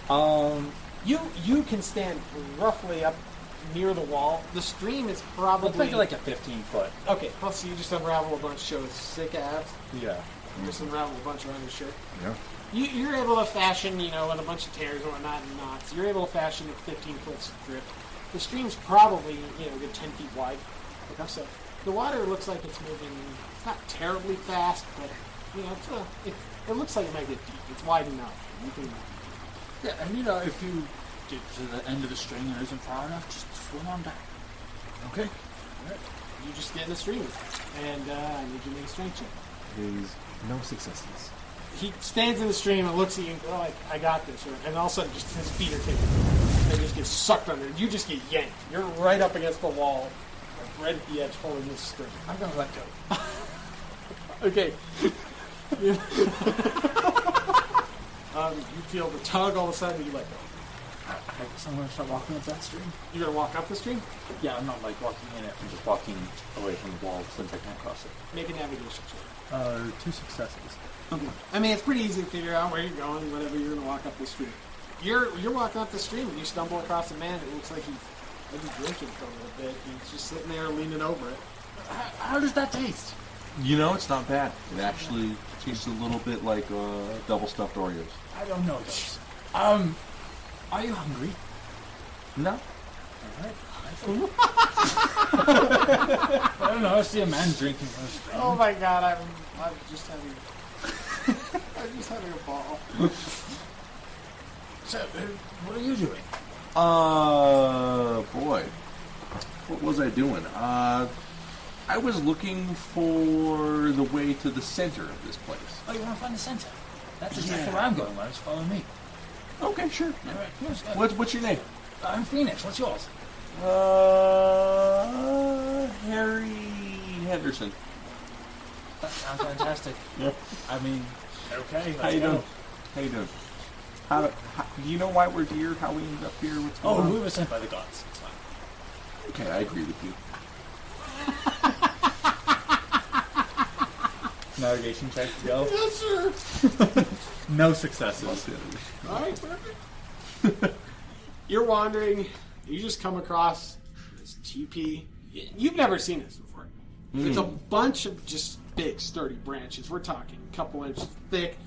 S5: Um,
S4: You you can stand roughly up near the wall. The stream is probably
S5: let's make it like a 15 foot.
S4: okay. Well, so you just unravel a bunch, show his sick abs.
S5: Yeah.
S4: You Just unravel a bunch around your shirt.
S17: Yeah.
S4: You, you're able to fashion, you know, with a bunch of tears and whatnot and knots. You're able to fashion a 15 foot strip. The stream's probably, you know, a good 10 feet wide. So the water looks like it's moving. It's not terribly fast, but you know, it's a, it, it looks like it might get deep. It's wide enough. You can. uh,
S10: Yeah, and you know, if you get to the end of the string and it isn't far enough, just swim on down.
S17: Okay.
S4: Alright. You just get in the stream, and uh, I need you to make a strength check.
S17: He's no successes.
S4: he stands in the stream and looks at you and goes, like, I got this. Or, and all of a sudden, just his feet are taken. They just get sucked under. You just get yanked. You're right up against the wall, like, right at the edge, holding this string.
S10: I'm gonna let go.
S4: Okay. um, you feel the tug all of a sudden, you let go.
S10: I guess I'm gonna start walking up that stream.
S4: You're going to walk up the stream?
S5: Yeah, I'm not like walking in it. I'm just walking away from the wall since I can't cross it.
S4: Make a navigation check.
S5: Uh, two successes.
S4: I mean, it's pretty easy to figure out where you're going, whatever you're going to walk up the stream. You're you're walking up the stream and you stumble across a man that looks like he's maybe drinking for a little bit. He's just sitting there leaning over it.
S10: How, how does that taste?
S14: You know, it's not bad. It actually tastes a little bit like uh, double stuffed Oreos.
S10: I don't know. Those. Um, are you hungry?
S14: No.
S16: I don't know. I see a man drinking from a spring.
S19: Oh my god, I'm, I'm just having I'm just having a ball.
S10: So, uh, what are you doing?
S9: Uh, boy. What was I doing? Uh, I was looking for the way to the center of this place.
S10: Oh, you want to find the center? That's
S9: Yeah.
S10: exactly where I'm going. Why don't you follow me?
S9: Okay, sure.
S10: All right, let's go.
S9: What, what's your name?
S10: I'm Phoenix. What's yours?
S9: Uh, Harry Henderson.
S10: That sounds fantastic.
S9: Yeah.
S10: I mean, okay.
S9: How you
S10: let's go.
S9: doing? How you doing? How, how, do you know why we're here? How we ended up here? What's going
S10: Oh,
S9: on?
S10: we were sent by the gods. It's fine.
S9: Okay, I agree with you.
S16: Navigation check to go.
S10: Yes, sir.
S16: No successes.
S4: All right, perfect. You're wandering. You just come across this teepee. Y- You've never seen this before. It's a
S9: Mm.
S4: bunch of just big, sturdy branches. We're talking a couple inches thick,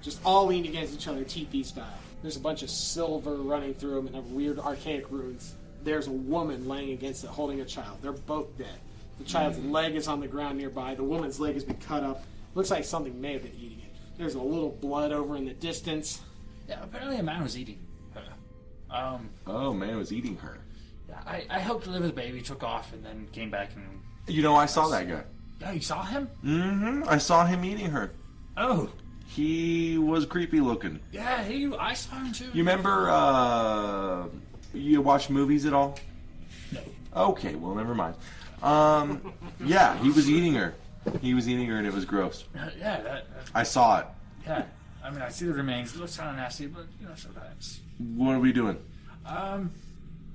S4: just all leaned against each other, teepee style. There's a bunch of silver running through them and have weird archaic runes. There's a woman laying against it holding a child. They're both dead. The child's
S9: Mm.
S4: leg is on the ground nearby. The woman's leg has been cut up. Looks like something may have been eating it. There's a little blood over in the distance.
S10: Yeah, apparently a man was eating her. Um,
S9: Oh, man, I was eating her.
S10: I, I helped deliver the baby, took off, and then came back and.
S9: You know, I saw that guy.
S10: Oh, you saw him?
S9: Mm-hmm. I saw him eating her.
S10: Oh.
S9: He was creepy looking.
S10: Yeah, he. I saw him too.
S9: You remember, uh, you watch movies at all?
S10: No.
S9: Okay, well, never mind. Um, yeah, he was eating her. He was eating her and it was gross.
S10: Uh, yeah, that, that,
S9: I saw it.
S10: yeah. I mean, I see the remains. It looks kind of nasty, but you know sometimes.
S9: What are we doing?
S10: Um,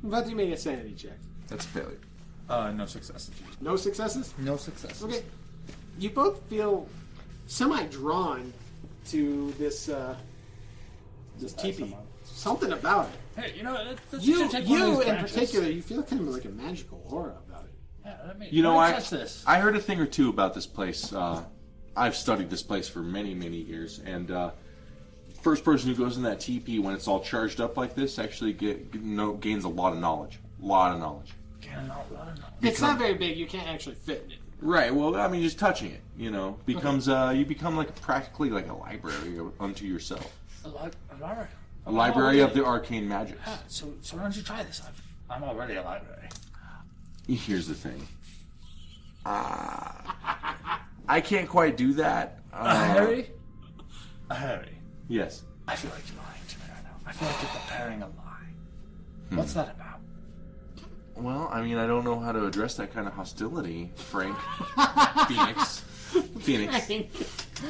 S4: But you made a sanity check.
S9: That's a failure.
S16: Uh, no successes.
S4: No successes?
S16: No successes.
S4: Okay. You both feel semi drawn to this uh, this teepee. Something about it.
S10: hey, you know that, that's
S4: you
S10: should take one of
S4: you
S10: these
S4: in
S10: branches.
S4: particular, you feel kind of like a magical aura about it.
S10: Yeah, let me,
S9: You know,
S10: let me
S9: I
S10: touch this.
S9: I heard a thing or two about this place. Uh, I've studied this place for many, many years, and uh, first person who goes in that teepee when it's all charged up like this actually get, get- no, gains a lot of knowledge. lot of knowledge.
S4: It's not very big. You can't actually fit in it.
S9: Right. Well, I mean, just touching it, you know, becomes uh, you become like practically like a library unto yourself.
S10: A, li- a library.
S9: A library of
S10: Oh, okay.
S9: the arcane magic.
S10: Yeah, so, so why don't you try this? I've, I'm already a library.
S9: Here's the thing. Uh, I can't quite do that. Uh,
S10: Harry? Harry,
S9: Yes.
S10: I feel like you're lying to me right now. I feel like you're preparing a lie. What's that about?
S9: Hmm. Well, I mean, I don't know how to address that kind of hostility, Frank. Phoenix. Phoenix.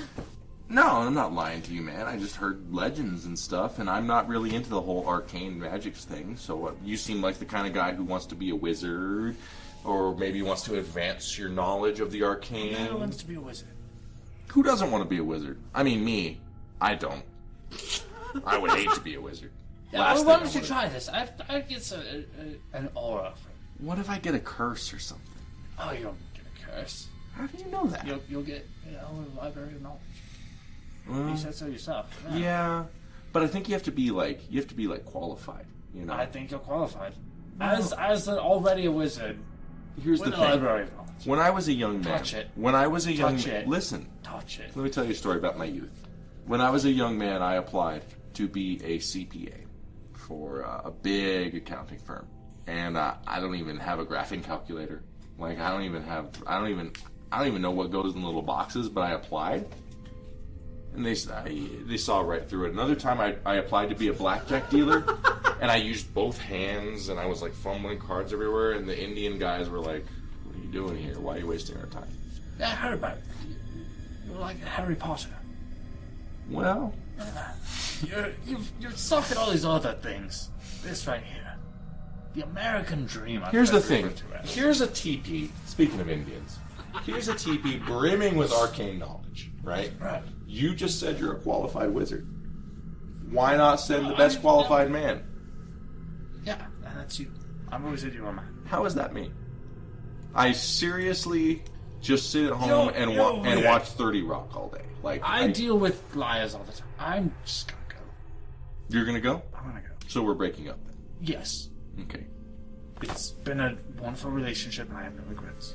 S9: No, I'm not lying to you, man. I just heard legends and stuff, and I'm not really into the whole arcane magics thing. So uh, you seem like the kind of guy who wants to be a wizard, or maybe wants to advance your knowledge of the arcane.
S10: No one wants to be a wizard.
S9: Who doesn't want to be a wizard? I mean, me. I don't. I would hate to be a wizard.
S10: Yeah,
S9: Last
S10: well, why
S9: thing I
S10: don't you
S9: wanna-
S10: try this? I, I get uh, a, a, a, an aura. From,
S9: What if I get a curse or something?
S10: oh, you don't get a curse.
S9: How do you know that?
S10: You'll, you'll get you know, a library of knowledge.
S9: Well,
S10: you said so yourself.
S9: Mm. Yeah. but I think you have to be like you have to be like qualified. You know,
S10: I think you're qualified. As as an already a wizard,
S9: here's
S10: with
S9: the
S10: a
S9: thing.
S10: library of knowledge.
S9: When I was a young man,
S10: Touch it.
S9: when I was a young
S10: Touch
S9: man,
S10: it.
S9: listen,
S10: Touch it.
S9: let me tell you a story about my youth. When I was a young man, I applied to be a CPA for uh, a big accounting firm, and uh, I don't even have a graphing calculator. Like I don't even have I don't even I don't even know what goes in the little boxes, but I applied. And they, s- I, they saw right through it. Another time I, I applied to be a blackjack dealer, and I used both hands, and I was like fumbling cards everywhere, and the Indian guys were like, What are you doing here? Why are you wasting our time?
S10: Yeah, Harry Potter. You're like Harry Potter.
S9: Well,
S10: You're you've you're sucked at all these other things. This right here, the American dream. I've
S9: Here's the
S10: heard
S9: thing.
S10: referred to as.
S9: Here's a teepee. Speaking of Indians, here's a teepee brimming with arcane knowledge. Right.
S10: Right.
S9: You just said you're a qualified wizard. Why not send the best qualified man?
S10: Yeah, and that's you. I'm a wizard. You're a man.
S9: How is that me? I seriously just sit at home
S10: Yo,
S9: and
S10: yo,
S9: wa- and
S10: yeah.
S9: watch Thirty Rock all day. Like
S10: I, deal with liars all the time. I'm just gonna go.
S9: You're gonna go.
S10: I'm gonna go.
S9: So we're breaking up then.
S10: Yes.
S9: Okay.
S10: It's been a wonderful relationship, and I have no regrets.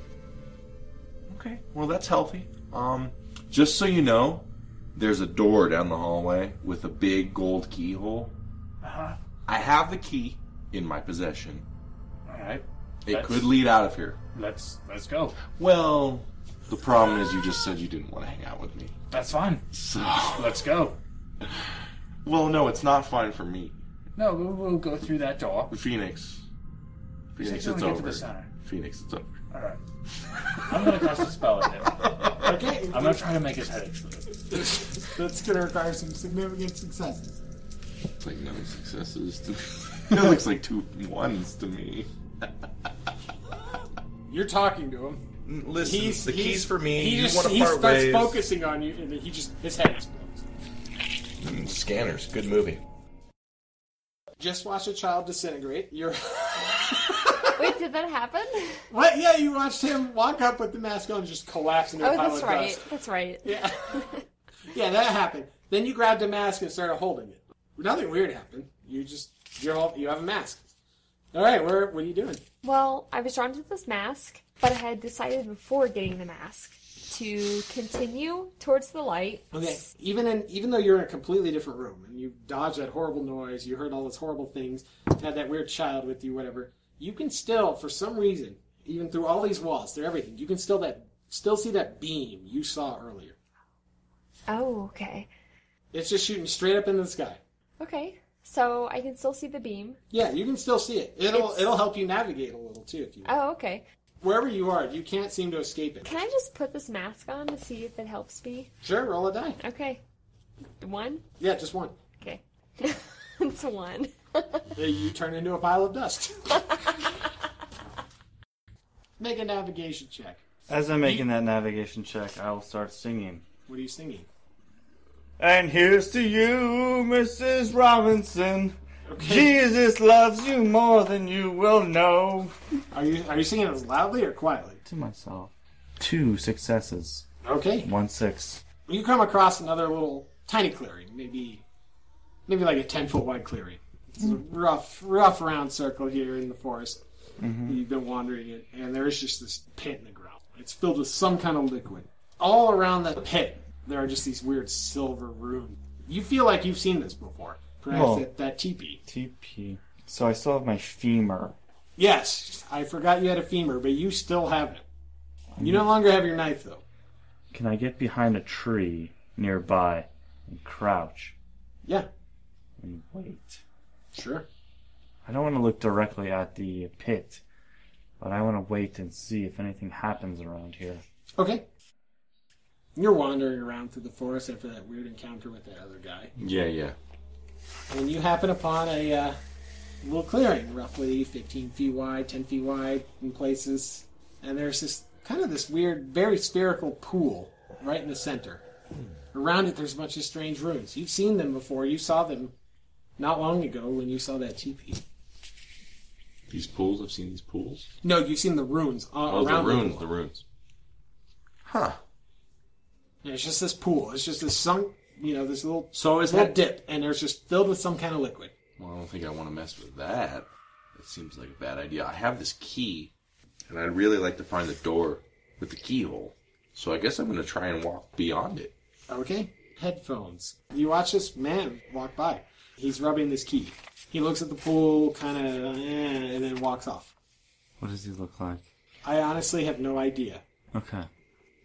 S9: Okay. Well, that's healthy. Um, just so you know, there's a door down the hallway with a big gold keyhole.
S10: Uh-huh.
S9: I have the key in my possession.
S10: All right.
S9: It
S10: Let's-
S9: could lead out of here.
S10: Let's let's go.
S9: Well, the problem is you just said you didn't want to hang out with me.
S10: That's fine.
S9: So
S10: let's go.
S9: Well, no, it's not fine for me.
S10: No, we'll, we'll go through that door.
S9: Phoenix. Phoenix, it's
S10: Just don't get to
S9: over.
S10: the center.
S9: Phoenix, it's over.
S10: All right. I'm gonna cast a spell at him.
S4: Okay.
S10: I'm gonna try to make his head explode.
S4: That's going to require some significant successes.
S9: It's like no successes to me. it looks like two ones to me.
S4: You're talking to him.
S3: Mm, Listen, the key's for me.
S4: He
S3: You
S4: just
S3: wanna
S4: he
S3: part
S4: starts
S3: ways.
S4: focusing on you, and then he just his head explodes.
S9: Mm, Scanners, good movie.
S4: Just watch a child disintegrate. You're
S7: Wait, did that happen?
S4: what? Yeah, you watched him walk up with the mask on and just collapse into a
S7: oh,
S4: pile
S7: that's
S4: of
S7: right.
S4: dust.
S7: That's right.
S4: Yeah. Yeah, that happened. Then you grabbed a mask and started holding it. Nothing weird happened. You just you're all, you have a mask. All right, where what are you doing?
S7: Well, I was drawn to this mask, but I had decided before getting the mask to continue towards the light.
S4: Okay, even in even though you're in a completely different room and you dodged that horrible noise, you heard all those horrible things, had that weird child with you, whatever, you can still, for some reason, even through all these walls, through everything, you can still that still see that beam you saw earlier.
S7: Oh, okay.
S4: It's just shooting straight up into the sky.
S7: Okay. So I can still see the beam.
S4: Yeah, you can still see it. It'll
S7: It's-
S4: it'll help you navigate a little too if you
S7: Oh, okay.
S4: wherever you are, you can't seem to escape it.
S7: Can I just put this mask on to see if it helps me?
S4: Sure, roll a die.
S7: Okay. One?
S4: Yeah, just one.
S7: Okay. it's a one.
S4: Uh, you turn into a pile of dust. Make a navigation check.
S5: As I'm making that navigation check, I will start singing.
S4: What are you singing?
S5: And here's to you, Mrs. Robinson. Jesus loves you more than you will know.
S4: Are you are you singing it loudly or quietly?
S5: To myself. Two successes.
S4: Okay.
S5: One six.
S4: You come across another little tiny clearing, maybe maybe like a ten foot wide clearing. It's a rough rough round circle here in the forest.
S5: Mhm.
S4: You've been wandering it, and there is just this pit in the ground. It's filled with some kind of liquid. All around that pit, there are just these weird silver runes. You feel like you've seen this before. Perhaps
S5: Oh.
S4: at that teepee.
S5: TP. So I still have my femur.
S4: Yes, I forgot you had a femur, but you still have it. You no longer have your knife, though.
S5: Can I get behind a tree nearby and crouch
S4: Yeah,
S5: and wait?
S4: sure.
S5: I don't want to look directly at the pit, but I want to wait and see if anything happens around here.
S4: Okay. You're wandering around through the forest after that weird encounter with that other guy,
S9: Yeah, yeah.
S4: and you happen upon a uh, little clearing, roughly 15 feet wide, 10 feet wide in places, and there's this kind of this weird, very spherical pool right in the center.
S9: Hmm.
S4: Around it, there's a bunch of strange runes. You've seen them before. You saw them not long ago when you saw that teepee.
S9: These pools, I've seen these pools.
S4: No, you've seen the runes uh,
S9: oh, the
S4: around
S9: runes,
S4: pool.
S9: the runes.
S4: Yeah, it's just this pool. It's just this sunk, you know, this little
S9: So is
S4: little
S9: that-
S4: dip, and there's just filled with some kind of liquid.
S9: Well, I don't think I want to mess with that. That seems like a bad idea. I have this key, and I'd really like to find the door with the keyhole. So I guess I'm going to try and walk beyond it.
S4: Okay, headphones. You watch this man walk by. He's rubbing this key. He looks at the pool, kind of, eh, and then walks off.
S5: What does he look like?
S4: I honestly have no idea.
S5: Okay.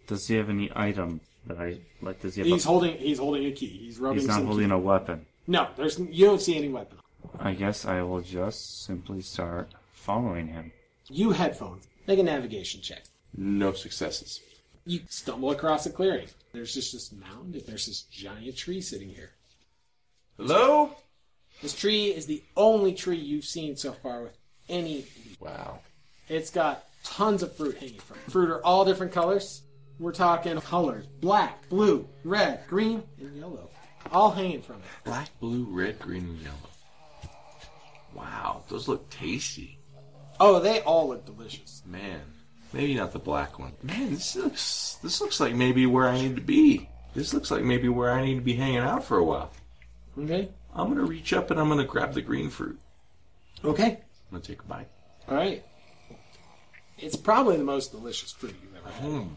S5: Does he have any item that I like? Does he have?
S4: He's
S5: a,
S4: holding. He's holding a key. He's rubbing.
S5: He's not
S4: some
S5: holding
S4: key.
S5: a weapon.
S4: No, there's. You don't see any weapon.
S5: I guess I will just simply start following him.
S4: You headphones. Make a navigation check.
S9: No successes.
S4: You stumble across a clearing. There's just this mound, and there's this giant tree sitting here.
S9: Hello?
S4: This tree is the only tree you've seen so far with any.
S9: Wow.
S4: It's got tons of fruit hanging from it. Fruit are all different colors. We're talking colors black, blue, red, green, and yellow. All hanging from it.
S9: Black, blue, red, green, and yellow. Wow, those look tasty.
S4: Oh, they all look delicious.
S9: Man, maybe not the black one. Man, this looks this looks like maybe where I need to be. This looks like maybe where I need to be hanging out for a while.
S4: Okay.
S9: I'm gonna reach up and I'm gonna grab the green fruit.
S4: Okay.
S9: I'm gonna take a bite.
S4: All right. It's probably the most delicious food you've ever had.
S9: Hmm.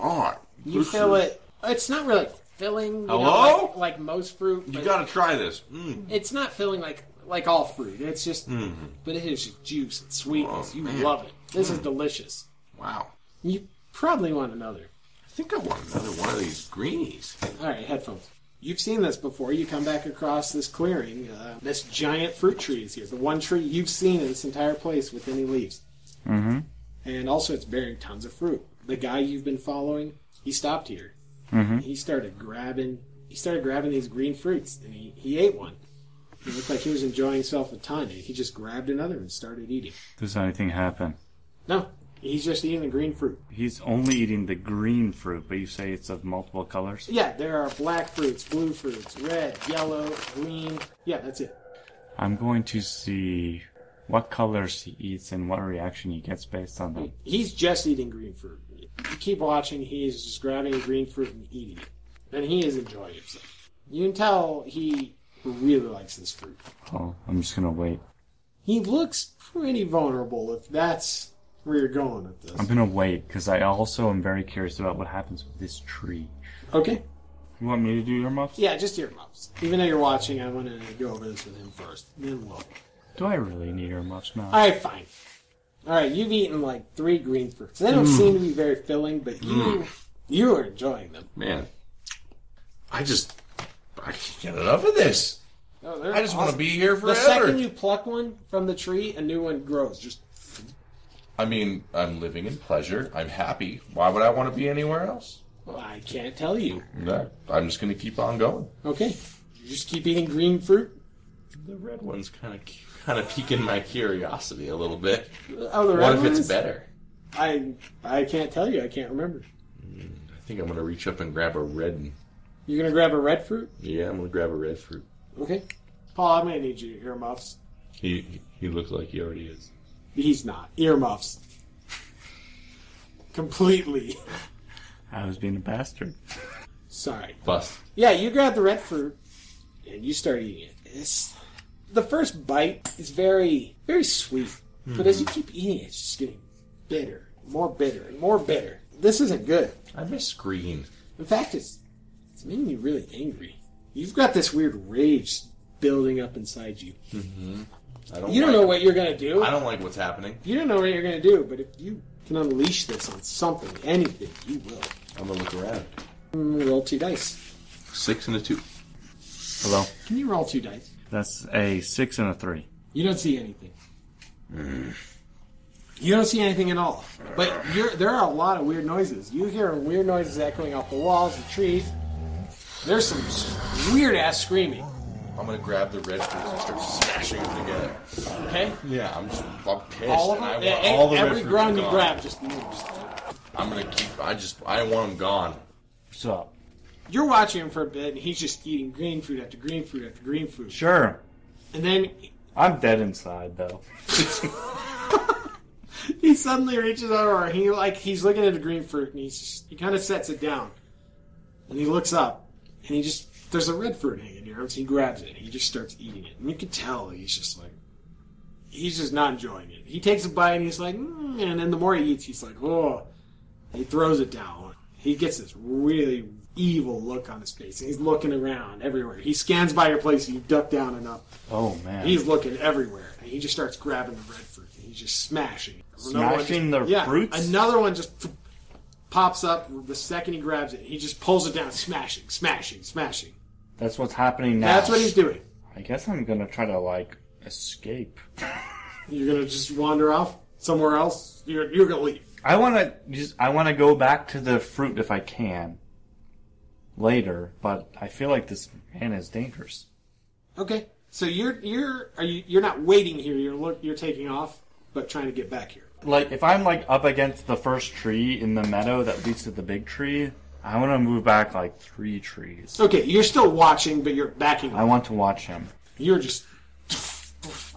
S9: God.
S4: You
S9: this
S4: fill
S9: is-
S4: it. It's not really filling. You Know,
S9: Hello?
S4: like, like most fruit.
S9: You
S4: but
S9: gotta try this. Mm.
S4: It's not filling like like all fruit. It's just,
S9: Mhm.
S4: but it is just juice and sweetness.
S9: Oh,
S4: you
S9: man.
S4: love it. This is
S9: Mm.
S4: delicious.
S9: Wow.
S4: You probably want another.
S9: I think I want another one of these greenies.
S4: All right, headphones. You've seen this before. You come back across this clearing. Uh, this giant fruit tree is here. The one tree you've seen in this entire place with any leaves.
S5: Mm-hmm.
S4: And also, it's bearing tons of fruit. The guy you've been following, he stopped here.
S5: Mm-hmm.
S4: And he started grabbing he started grabbing these green fruits and he, he ate one. It looked like he was enjoying himself a ton and he just grabbed another and started eating.
S5: Does anything happen?
S4: No, he's just eating the green fruit.
S5: He's only eating the green fruit, but you say it's of multiple colors?
S4: Yeah, there are black fruits, blue fruits, red, yellow, green. Yeah, that's it.
S5: I'm going to see what colors he eats and what reaction he gets based on them.
S4: He's just eating green fruit. You keep watching, he's just grabbing a green fruit and eating it. And he is enjoying himself. You can tell he really likes this fruit.
S5: Oh, I'm just gonna wait.
S4: He looks pretty vulnerable if that's where you're going with this.
S5: I'm gonna wait because I also am very curious about what happens with this tree.
S4: Okay.
S5: You want me to do your muffs?
S4: Yeah, just earmuffs. Even though you're watching, I want to go over this with him first. Then we'll.
S5: Do I really need your muffs now?
S4: All right, fine. All right, you've eaten like three green fruits. They don't
S5: Mm.
S4: seem to be very filling, but you
S9: Mm.
S4: you are enjoying them.
S9: Man. I just. I can't get enough of this.
S4: Oh, they're
S9: I just wanna
S4: awesome.
S9: be here
S4: The second
S9: forever.
S4: you pluck one from the tree, a new one grows. Just
S9: I mean, I'm living in pleasure. I'm happy. Why would I want to be anywhere else?
S4: I can't tell you.
S9: No, I'm just going to keep on going.
S4: Okay, you just keep eating green fruit.
S9: The red one's kind of kind of piquing my curiosity a little bit.
S4: Oh, the red
S9: What if
S4: ones?
S9: it's better?
S4: I I can't tell you. I can't remember.
S9: I think I'm going to reach up and grab a red.
S4: You're gonna grab a red fruit.
S9: Yeah, I'm going to grab a red fruit.
S4: Okay, Paul, I'm gonna need you to earmuffs.
S9: He he looks like he already is.
S4: He's not earmuffs. Completely.
S5: I was being a bastard.
S4: Sorry.
S9: Bust.
S4: Yeah, you grab the red fruit and you start eating it. It's, the first bite is very, very sweet, but
S9: Mm-hmm.
S4: as you keep eating it, it's just getting bitter, more bitter, and more bitter. This isn't good.
S9: I miss green.
S4: In fact, it's it's making me really angry. You've got this weird rage building up inside you.
S9: Mm-hmm. I
S4: you don't
S9: like-
S4: know what you're gonna do.
S9: I don't like what's happening.
S4: You don't know what you're gonna do, but if you can unleash this on something, anything, you will.
S9: I'm gonna look around.
S4: Mm, Roll two dice.
S9: Six and a two.
S5: Hello.
S4: Can you roll two dice?
S5: That's a six and a three.
S4: You don't see anything. You don't see anything at all. But you're, there are a lot of weird noises. You hear weird noises echoing off the walls, the trees. There's some weird ass screaming.
S9: I'm gonna grab the red fruits and start smashing them together.
S4: Okay.
S9: Yeah, I'm just I'm pissed.
S4: All of them.
S9: and I want
S4: E-
S9: all the
S4: every
S9: red fruits
S4: ground you
S9: gone.
S4: grab, just, just-
S9: I'm gonna keep. I just I want them gone.
S5: What's up?
S4: you're watching him for a bit, and he's just eating green fruit after green fruit after green fruit.
S5: Sure.
S4: And then
S5: I'm dead inside though.
S4: he suddenly reaches over and he like he's looking at a green fruit and he's just, he kind of sets it down and he looks up and he just there's a red fruit hanging near him so he grabs it and he just starts eating it and you can tell he's just like he's just not enjoying it he takes a bite and he's like mm, and then the more he eats he's like oh he throws it down he gets this really evil look on his face and he's looking around everywhere he scans by your place and you duck down enough
S5: Oh man.
S4: He's looking everywhere, and he just starts grabbing the red fruit. And he's just smashing. it. Another one
S5: Smashing
S4: just-
S5: the fruits?
S4: Another one just th- pops up the second he grabs it. He just pulls it down, smashing, smashing, smashing.
S5: That's what's happening now.
S4: That's what he's doing.
S5: I guess I'm gonna try to like escape.
S4: You're gonna just wander off somewhere else. You're you're gonna leave.
S5: I want to just I want to go back to the fruit if I can later, but I feel like this man is dangerous.
S4: Okay. So you're you're are you you're not waiting here. You're look you're taking off, but trying to get back here.
S5: Like if I'm like up against the first tree in the meadow that leads to the big tree, I want to move back like three trees.
S4: Okay. You're still watching, but you're backing.
S5: I want to watch him.
S4: You're just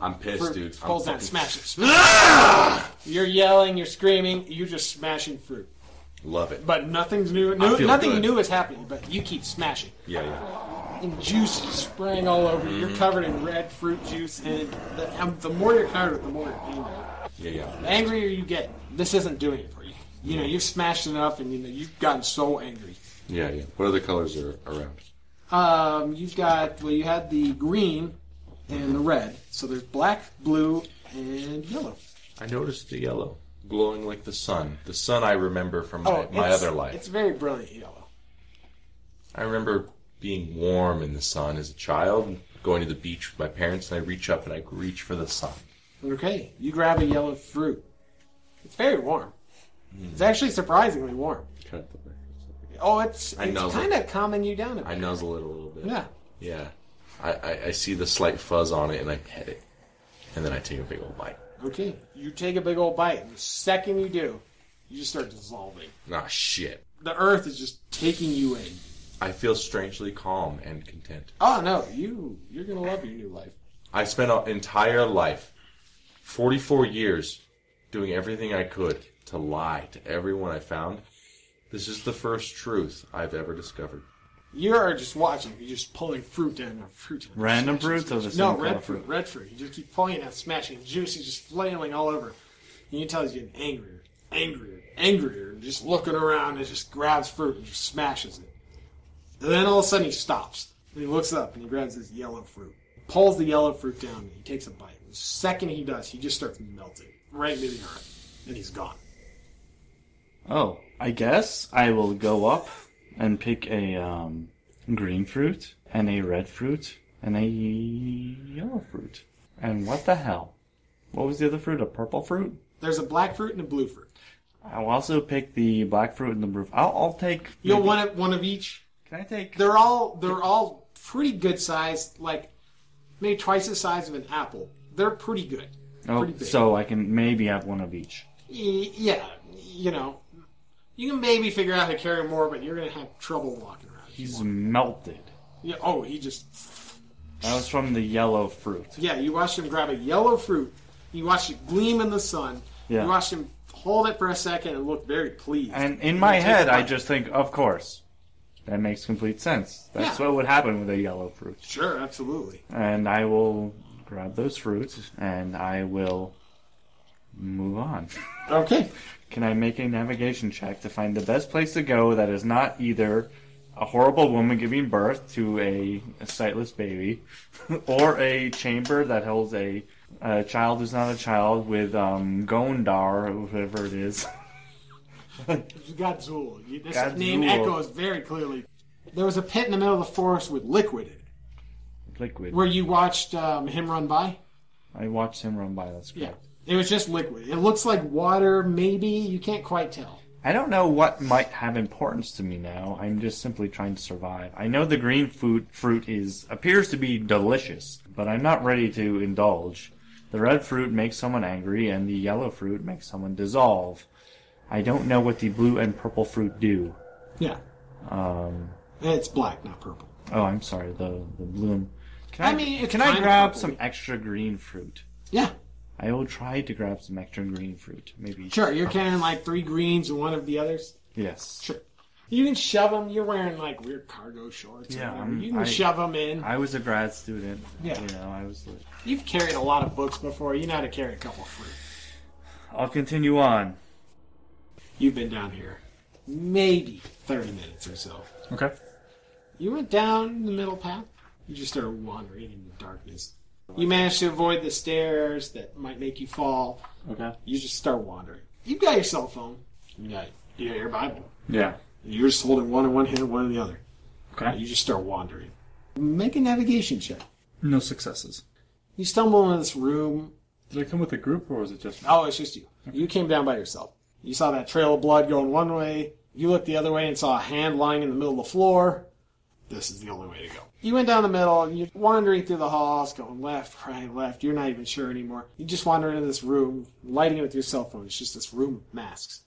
S9: I'm pissed,
S4: Fruit
S9: dude.
S4: Falls
S9: I'm
S4: down,
S9: fucking-
S4: smashes.
S5: Ah!
S4: You're yelling, you're screaming, you're just smashing fruit.
S9: Love it.
S4: But nothing's new.
S9: I
S4: new
S9: feel
S4: nothing
S9: good.
S4: new is happening. But you keep smashing,
S9: Yeah, yeah.
S4: and juice is spraying all over you. You're
S9: Mhm.
S4: covered in red fruit juice, and the, um, the more you're covered, the more you're angry.
S9: Yeah, yeah.
S4: The angrier you get, this isn't doing it for you. You know, you've smashed enough, and you know you've gotten so angry.
S9: Yeah, yeah. What other colors are around?
S4: Um, you've got well, you had the green and the red. So there's black, blue, and yellow.
S9: I noticed the yellow, glowing like the sun. The sun I remember from my,
S4: oh,
S9: my
S4: it's-
S9: other life.
S4: It's very brilliant yellow.
S9: I remember being warm in the sun as a child, and going to the beach with my parents, and I reach up and I reach for the sun.
S4: Okay, you grab a yellow fruit. It's very warm. It's actually surprisingly warm.
S9: Cut the-
S4: Oh, it's
S9: I
S4: it's
S9: know
S4: kind of calming you down a bit.
S9: I nuzzle it a little bit.
S4: Yeah.
S9: Yeah. I, I, I see the slight fuzz on it, and I pet it. And then I take a big old bite.
S4: Okay, you take a big old bite. and The second you do, you just start dissolving.
S9: Ah, shit.
S4: The earth is just taking you in.
S9: I feel strangely calm and content.
S4: Oh no, you you're gonna love your new life.
S9: I spent an entire life, 44 years, doing everything I could to lie to everyone I found. This is the first truth I've ever discovered.
S4: You are just watching. You're just pulling fruit down. and Fruit. down.
S5: Random fruits or the same
S4: No,
S5: color
S4: red fruit, red fruit. You just keep pulling out, smashing, juicy, just flailing all over. And you tell he's getting angrier, angrier, angrier, and just looking around and just grabs fruit and just smashes it. And then all of a sudden he stops. And he looks up and he grabs this yellow fruit. He pulls the yellow fruit down and he takes a bite. The second he does, he just starts melting right into the earth. And he's gone.
S5: Oh, I guess I will go up and pick a um, green fruit and a red fruit and a yellow fruit. And what the hell? What was the other fruit? A purple fruit?
S4: There's a black fruit and a blue fruit.
S5: I'll also pick the black fruit and the blue. I'll, I'll take.
S4: You'll want one of each.
S5: Can I take?
S4: They're all they're all pretty good sized, like maybe twice the size of an apple. They're pretty good.
S5: Oh,
S4: pretty big.
S5: so I can maybe have one of each.
S4: Y- yeah, you know, you can maybe figure out how to carry more, but you're gonna have trouble walking around.
S5: He's melted.
S4: Yeah. Oh, he just
S5: That was from the yellow fruit.
S4: yeah. You watched him grab a yellow fruit. You watched it gleam in the sun.
S5: Yeah.
S4: You watched him hold it for a second and look very pleased.
S5: And in my
S4: Take
S5: head,
S4: the
S5: I
S4: bite.
S5: just think, of course. That makes complete sense. That's what would happen with a yellow fruit.
S4: sure, absolutely.
S5: And I will grab those fruits and I will move on.
S4: Okay.
S5: Can I make a navigation check to find the best place to go that is not either a horrible woman giving birth to a, a sightless baby or a chamber that holds a, a child who's not a child with um, Gondar, or whoever it is?
S4: Godzul. You- This
S5: Godzul.
S4: name echoes very clearly. There was a pit in the middle of the forest with liquid in it.
S5: Liquid.
S4: Where you watched um, him run by?
S5: I watched him run by, that's
S4: Yeah.
S5: correct.
S4: It was just liquid. It looks like water, maybe. You can't quite tell.
S5: I don't know what might have importance to me now. I'm just simply trying to survive. I know the green food fruit is appears to be delicious, but I'm not ready to indulge. The red fruit makes someone angry, and the yellow fruit makes someone dissolve. I don't know what the blue and purple fruit do.
S4: Yeah.
S5: Um,
S4: It's black, not purple.
S5: Oh, I'm sorry. The the blue. And... Can
S4: I
S5: I,
S4: mean, it's
S5: can I
S4: kinda
S5: grab
S4: purple.
S5: some extra green fruit?
S4: Yeah.
S5: I will try to grab some extra green fruit. Maybe.
S4: Sure, you're carrying like three greens and one of the others.
S5: Yes.
S4: Sure. You can shove them. You're wearing like weird cargo shorts. or
S5: Yeah,
S4: whatever.
S5: I'm-
S4: you can
S5: I-
S4: shove them in.
S5: I was a grad student.
S4: Yeah.
S5: You know, I was. like-
S4: You've carried a lot of books before. You know how to carry a couple fruit.
S5: I'll continue on.
S4: You've been down here maybe 30 minutes or so.
S5: Okay.
S4: You went down the middle path. You just started wandering in the darkness. You managed to avoid the stairs that might make you fall.
S12: Okay.
S4: You just start wandering. You've got your cell phone. You got, you got your Bible.
S12: Yeah.
S4: You're just holding one in one hand, one in the other.
S12: Okay.
S4: You just start wandering. Make a navigation check.
S12: No successes.
S4: You stumble into this room.
S12: Did I come with a group or was it just?
S4: Oh, it's just you. You came down by yourself. You saw that trail of blood going one way. You looked the other way and saw a hand lying in the middle of the floor. This is the only way to go. You went down the middle and you're wandering through the halls, going left, right, left. You're not even sure anymore. You just wander into this room, lighting it with your cell phone. It's just this room of masks.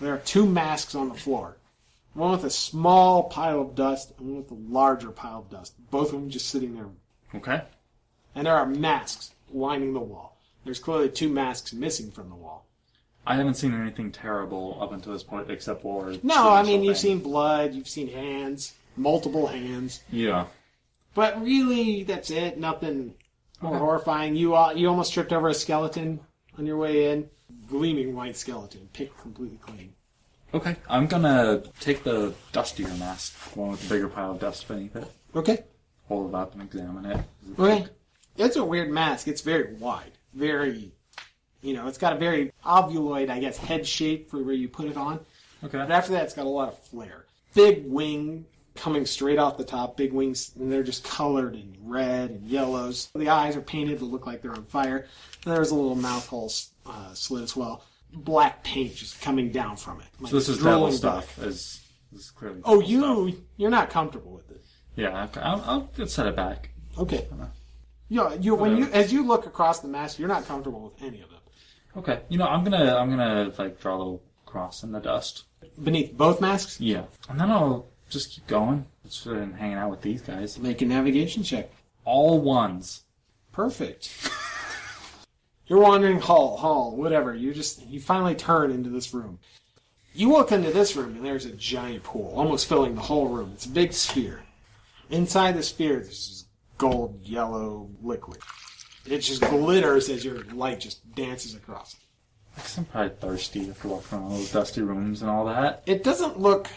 S4: There are two masks on the floor one with a small pile of dust and one with a larger pile of dust. Both of them just sitting there
S12: Okay.
S4: and there are masks lining the wall. There's clearly two masks missing from the wall.
S12: I haven't seen anything terrible up until this point except for.
S4: No, I mean you've seen blood, you've seen hands, multiple hands,
S12: Yeah.
S4: but really that's it. Nothing more horrifying. You all, you almost tripped over a skeleton. on your way in. Gleaming white skeleton, picked completely clean.
S10: Okay, I'm gonna take the dustier mask, the one with the bigger pile of dust beneath it.
S4: Okay.
S10: Hold it up and examine it.
S4: Okay. It's a weird mask. It's very wide. Very, you know, it's got a very ovuloid, I guess, head shape for where you put it on.
S10: Okay.
S4: But after that, it's got a lot of flair. Big wing coming straight off the top. Big wings, and they're just colored in red and yellows. The eyes are painted to look like they're on fire. And there's a little mouth hole uh, slit as well. Black paint just coming down from it. Like
S10: so this is devil
S4: drooling
S10: stuff. Is this is clearly?
S4: Oh, you you're not comfortable with it.
S10: Yeah. Okay. I'll, I'll set it back.
S4: Okay. Yeah, you when you as you look across the mask, you're not comfortable with any of them.
S10: Okay. You know, I'm gonna I'm gonna like draw a little cross in the dust
S4: beneath both masks.
S10: Yeah, and then I'll just keep going. Just been hanging out with these guys.
S4: Make a navigation check.
S10: All ones.
S4: Perfect. You're wandering hall, hall, whatever. You just you finally turn into this room. You walk into this room and there's a giant pool, almost filling the whole room. It's a big sphere. Inside the sphere, there's this gold yellow liquid. It just glitters as your light just dances across.
S10: I'm probably thirsty after walking around all those dusty rooms and all that.
S4: It doesn't look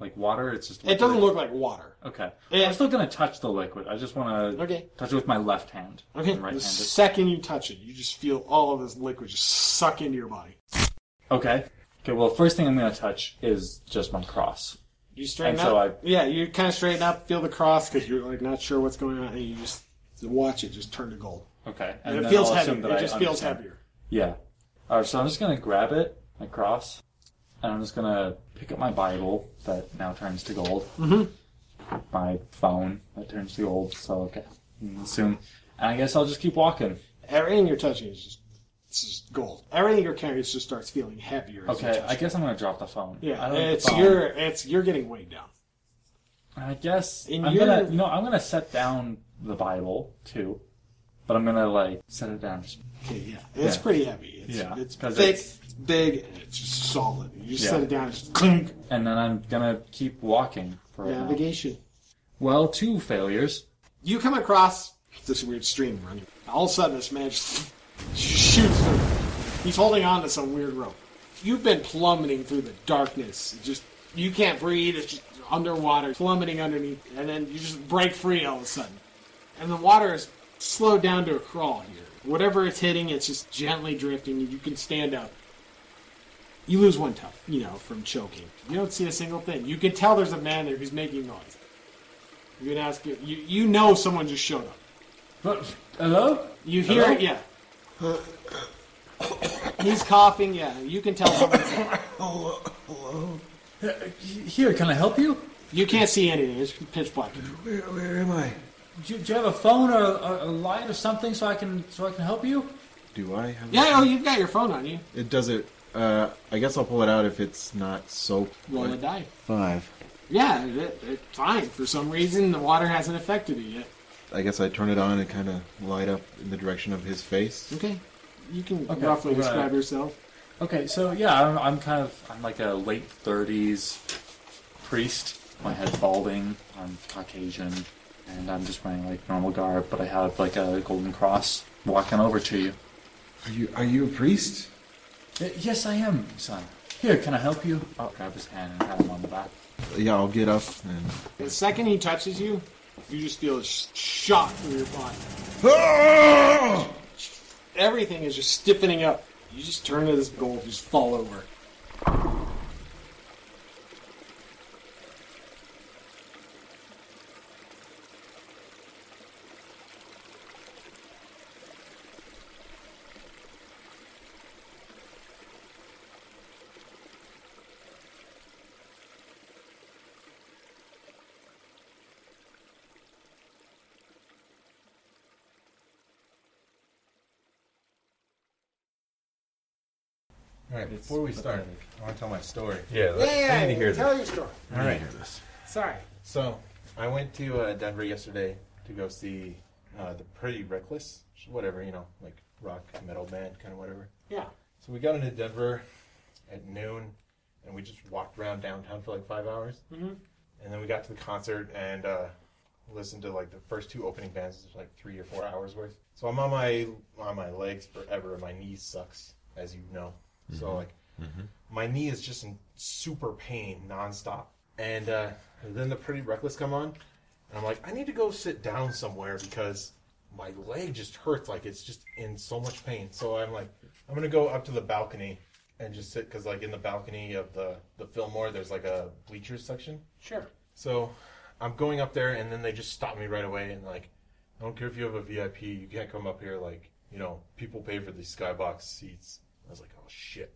S10: like water. It's just
S4: It doesn't look like water.
S10: Okay.
S4: It-
S10: I'm still gonna touch the liquid. I just wanna
S4: Okay.
S10: touch it with my left hand.
S4: Okay.
S10: I'm
S4: the
S10: Right-handed.
S4: second you touch it, you just feel all of this liquid just suck into your body.
S10: Okay. Okay. Well, first thing I'm gonna touch is just my cross.
S4: You straighten
S10: And
S4: up.
S10: so
S4: Yeah, you kind of straighten up, feel the cross because you're like not sure what's going on, and you just watch it just turn to gold.
S10: Okay.
S4: And, it
S10: then
S4: feels
S10: I'll
S4: heavy.
S10: assume that
S4: It
S10: I
S4: just feels
S10: understand.
S4: heavier.
S10: Yeah. All right. So I'm just gonna grab it, my cross, and I'm just gonna pick up my Bible that now turns to gold.
S4: Mhm.
S10: My phone that turns to gold. So okay. Assume. And I guess I'll just keep walking.
S4: Everything you're touching is just it's just gold. Everything you're carrying just starts feeling heavier. as you
S10: Okay.
S4: touch
S10: I
S4: it.
S10: guess I'm gonna drop the phone. I
S4: Yeah,
S10: don't like the
S4: it's
S10: phone.
S4: you're it's you're getting weighed down.
S10: I guess
S4: In
S10: I'm
S4: your-
S10: gonna you know I'm gonna set down the Bible too, but I'm gonna like set it down.
S4: Okay, yeah, it's pretty heavy. It's,
S10: yeah,
S4: it's
S10: 'cause
S4: thick, it's, big, and it's just solid. You just
S10: Yeah.
S4: set it down, it's just clink.
S10: And then I'm gonna keep walking for right now.
S4: Navigation.
S10: Well, two failures.
S4: You come across this weird stream running. All of a sudden, this man just shoots through. He's holding on to some weird rope. You've been plummeting through the darkness. It Just you can't breathe. It's just underwater, plummeting underneath, and then you just break free all of a sudden. And the water is slowed down to a crawl here. Whatever it's hitting, it's just gently drifting. You can stand up. You lose one tough, you know, from choking. You don't see a single thing. You can tell there's a man there who's making noise. You can ask you. You, you know someone just showed up.
S10: But hello.
S4: You hear
S10: Hello?
S4: it? Yeah. He's coughing. Yeah. You can tell. hello. Hello.
S10: Here, can I help you?
S4: You can't see anything. It's pitch black.
S10: Where, where am I? Do you, do you have a phone or a, a light or something so I can so I can help you?
S11: Do I have?
S4: Yeah. Oh, you've got your phone on you.
S11: It does it. Uh, I guess I'll pull it out if it's not soap.
S4: Roll a die.
S11: Five.
S4: Yeah. It, it- fine. For some reason, the water hasn't affected it yet.
S11: I guess I turn it on and kind of light up in the direction of his face.
S4: Okay. You can
S10: Okay,
S4: roughly
S10: right.
S4: describe yourself.
S10: Okay, so yeah, I'm, I'm kind of I'm like a late thirties priest. My head's balding. I'm Caucasian, and I'm just wearing like normal garb, but I have like a golden cross walking over to you.
S20: Are you are you a priest?
S10: yes, I am, son. Here, can I help you? I'll grab his hand and pat him on the back.
S11: Yeah, I'll get up and.
S4: The second he touches you, you just feel a sh- shock through your body. Ah! Everything is just stiffening up. You just turn to this gold, just fall over.
S11: All right. Before we start, I want to tell my story.
S4: Yeah, let- Yeah, yeah, I need to hear tell this. your story.
S11: All right.
S4: Sorry.
S11: So, I went to uh, Denver yesterday to go see uh, the Pretty Reckless, whatever you know, like rock metal band, kind of whatever.
S4: Yeah.
S11: So we got into Denver at noon, and
S21: Mm-hmm.
S11: we just walked around downtown for like five hours,
S4: Mhm.
S11: and then we got to the concert, and uh, listened to like the first two opening bands, it's like three or four hours worth. So I'm on my on my legs forever. and My knee sucks, as you know. So
S3: Mhm.
S11: like,
S3: Mhm.
S11: my knee is just in super pain nonstop. And uh, then the Pretty Reckless come on, and I'm like, I need to go sit down somewhere because my leg just hurts. Like it's just in so much pain. So I'm like, I'm gonna go up to the balcony and just sit because like in the balcony of the the Fillmore, there's like a bleachers section.
S4: Sure.
S11: So I'm going up there, and then they just stop me right away and like, I don't care if you have a VIP, you can't come up here. Like, you know, people pay for these skybox seats. I was like, oh shit,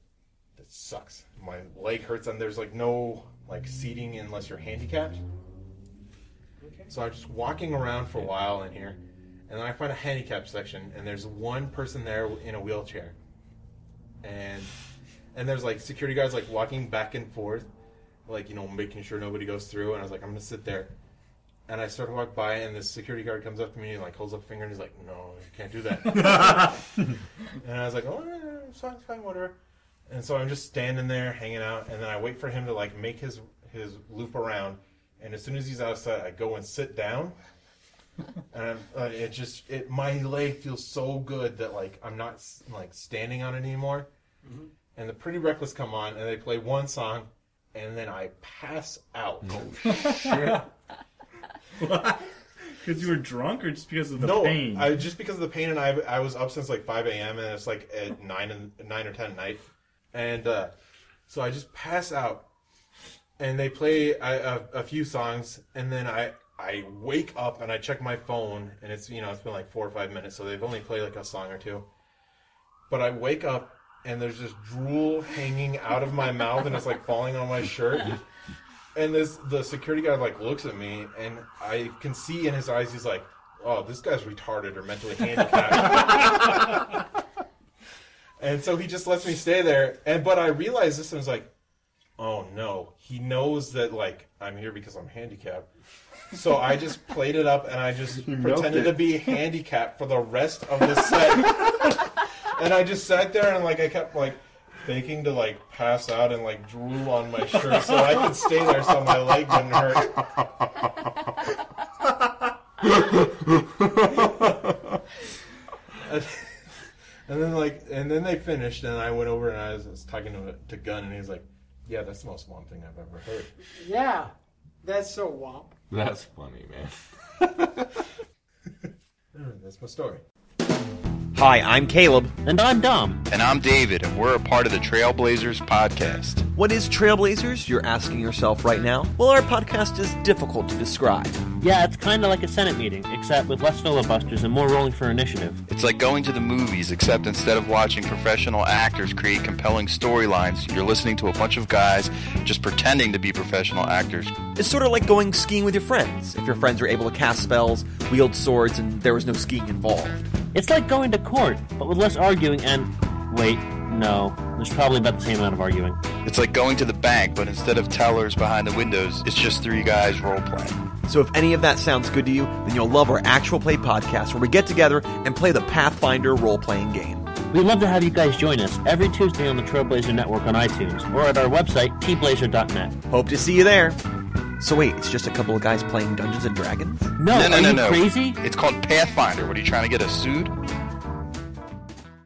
S11: that sucks. My leg hurts, and there's like no like seating unless you're handicapped. So I'm just walking around for a while in here, and then I find a handicap section, and there's one person there in a wheelchair, and and there's like security guards like walking back and forth, like you know making sure nobody goes through. And I was like, I'm gonna sit there, and I start to walk by, and the security guard comes up to me and like holds up a finger and he's like, No, you can't do that. and I was like, Oh, yeah, yeah, it's fine, it's fine, whatever. And so I'm just standing there hanging out, and then I wait for him to like make his his loop around, and as soon as he's outside, I go and sit down. and I'm, uh, it just it my leg feels so good that like I'm not s- like standing on it anymore.
S3: Mhm.
S11: And the Pretty Reckless come on, and they play one song, and then I pass out.
S22: Because you were drunk, or just because of the
S11: no,
S22: pain?
S11: I, just because of the pain, and I I was up since like five a.m. and it's like at nine and nine or ten at night, and uh, so I just pass out, and they play a, a, a few songs, and then I I wake up and I check my phone, and it's you know it's been like four or five minutes, so they've only played like a song or two, but I wake up and there's just drool hanging out of my mouth and it's like falling on my shirt. And this the security guy like looks at me and I can see in his eyes he's like, "Oh, this guy's retarded or mentally handicapped." and so he just lets me stay there. And but I realized this and was like, "Oh no, he knows that like I'm here because I'm handicapped." So I just played it up and I just
S3: milked
S11: pretended
S3: it.
S11: to be handicapped for the rest of the set and I just sat there and like I kept like thinking to like pass out and like drool on my shirt so I could stay there so my leg didn't hurt. and, and then like and then they finished and I went over and I was, was talking to to Gunn and he's like, yeah, that's the most one thing I've ever heard.
S4: Yeah, that's so womp.
S9: That's funny, man.
S11: Mm, That's my story.
S1: Hi, I'm Caleb. And I'm Dom. And I'm David, and we're a part of the Trailblazers podcast. What is Trailblazers, you're asking yourself right now? Well, our podcast is difficult to describe.
S21: Yeah, it's kind of like a Senate meeting, except with less filibusters and more rolling for initiative.
S1: It's like going to the movies, except instead of watching professional actors create compelling storylines, you're listening to a bunch of guys just pretending to be professional actors. It's sort of like going skiing with your friends, if your friends are able to cast spells, wield swords, and there was no skiing involved.
S21: It's like going to court, but with less arguing and. Wait, no. There's probably about the same amount of arguing.
S1: It's like going to the bank, but instead of tellers behind the windows, it's just three guys role playing. So if any of that sounds good to you, then you'll love our actual play podcast where we get together and play the Pathfinder role playing game.
S21: We'd love to have you guys join us every Tuesday on the Trailblazer Network on iTunes or at our website, tblazer.net.
S1: Hope to see you there. So wait, it's just a couple of guys playing Dungeons and Dragons?
S21: No,
S1: no,
S21: are
S1: no,
S21: you
S1: no.
S21: crazy?
S1: It's called Pathfinder. What are you trying to get us sued?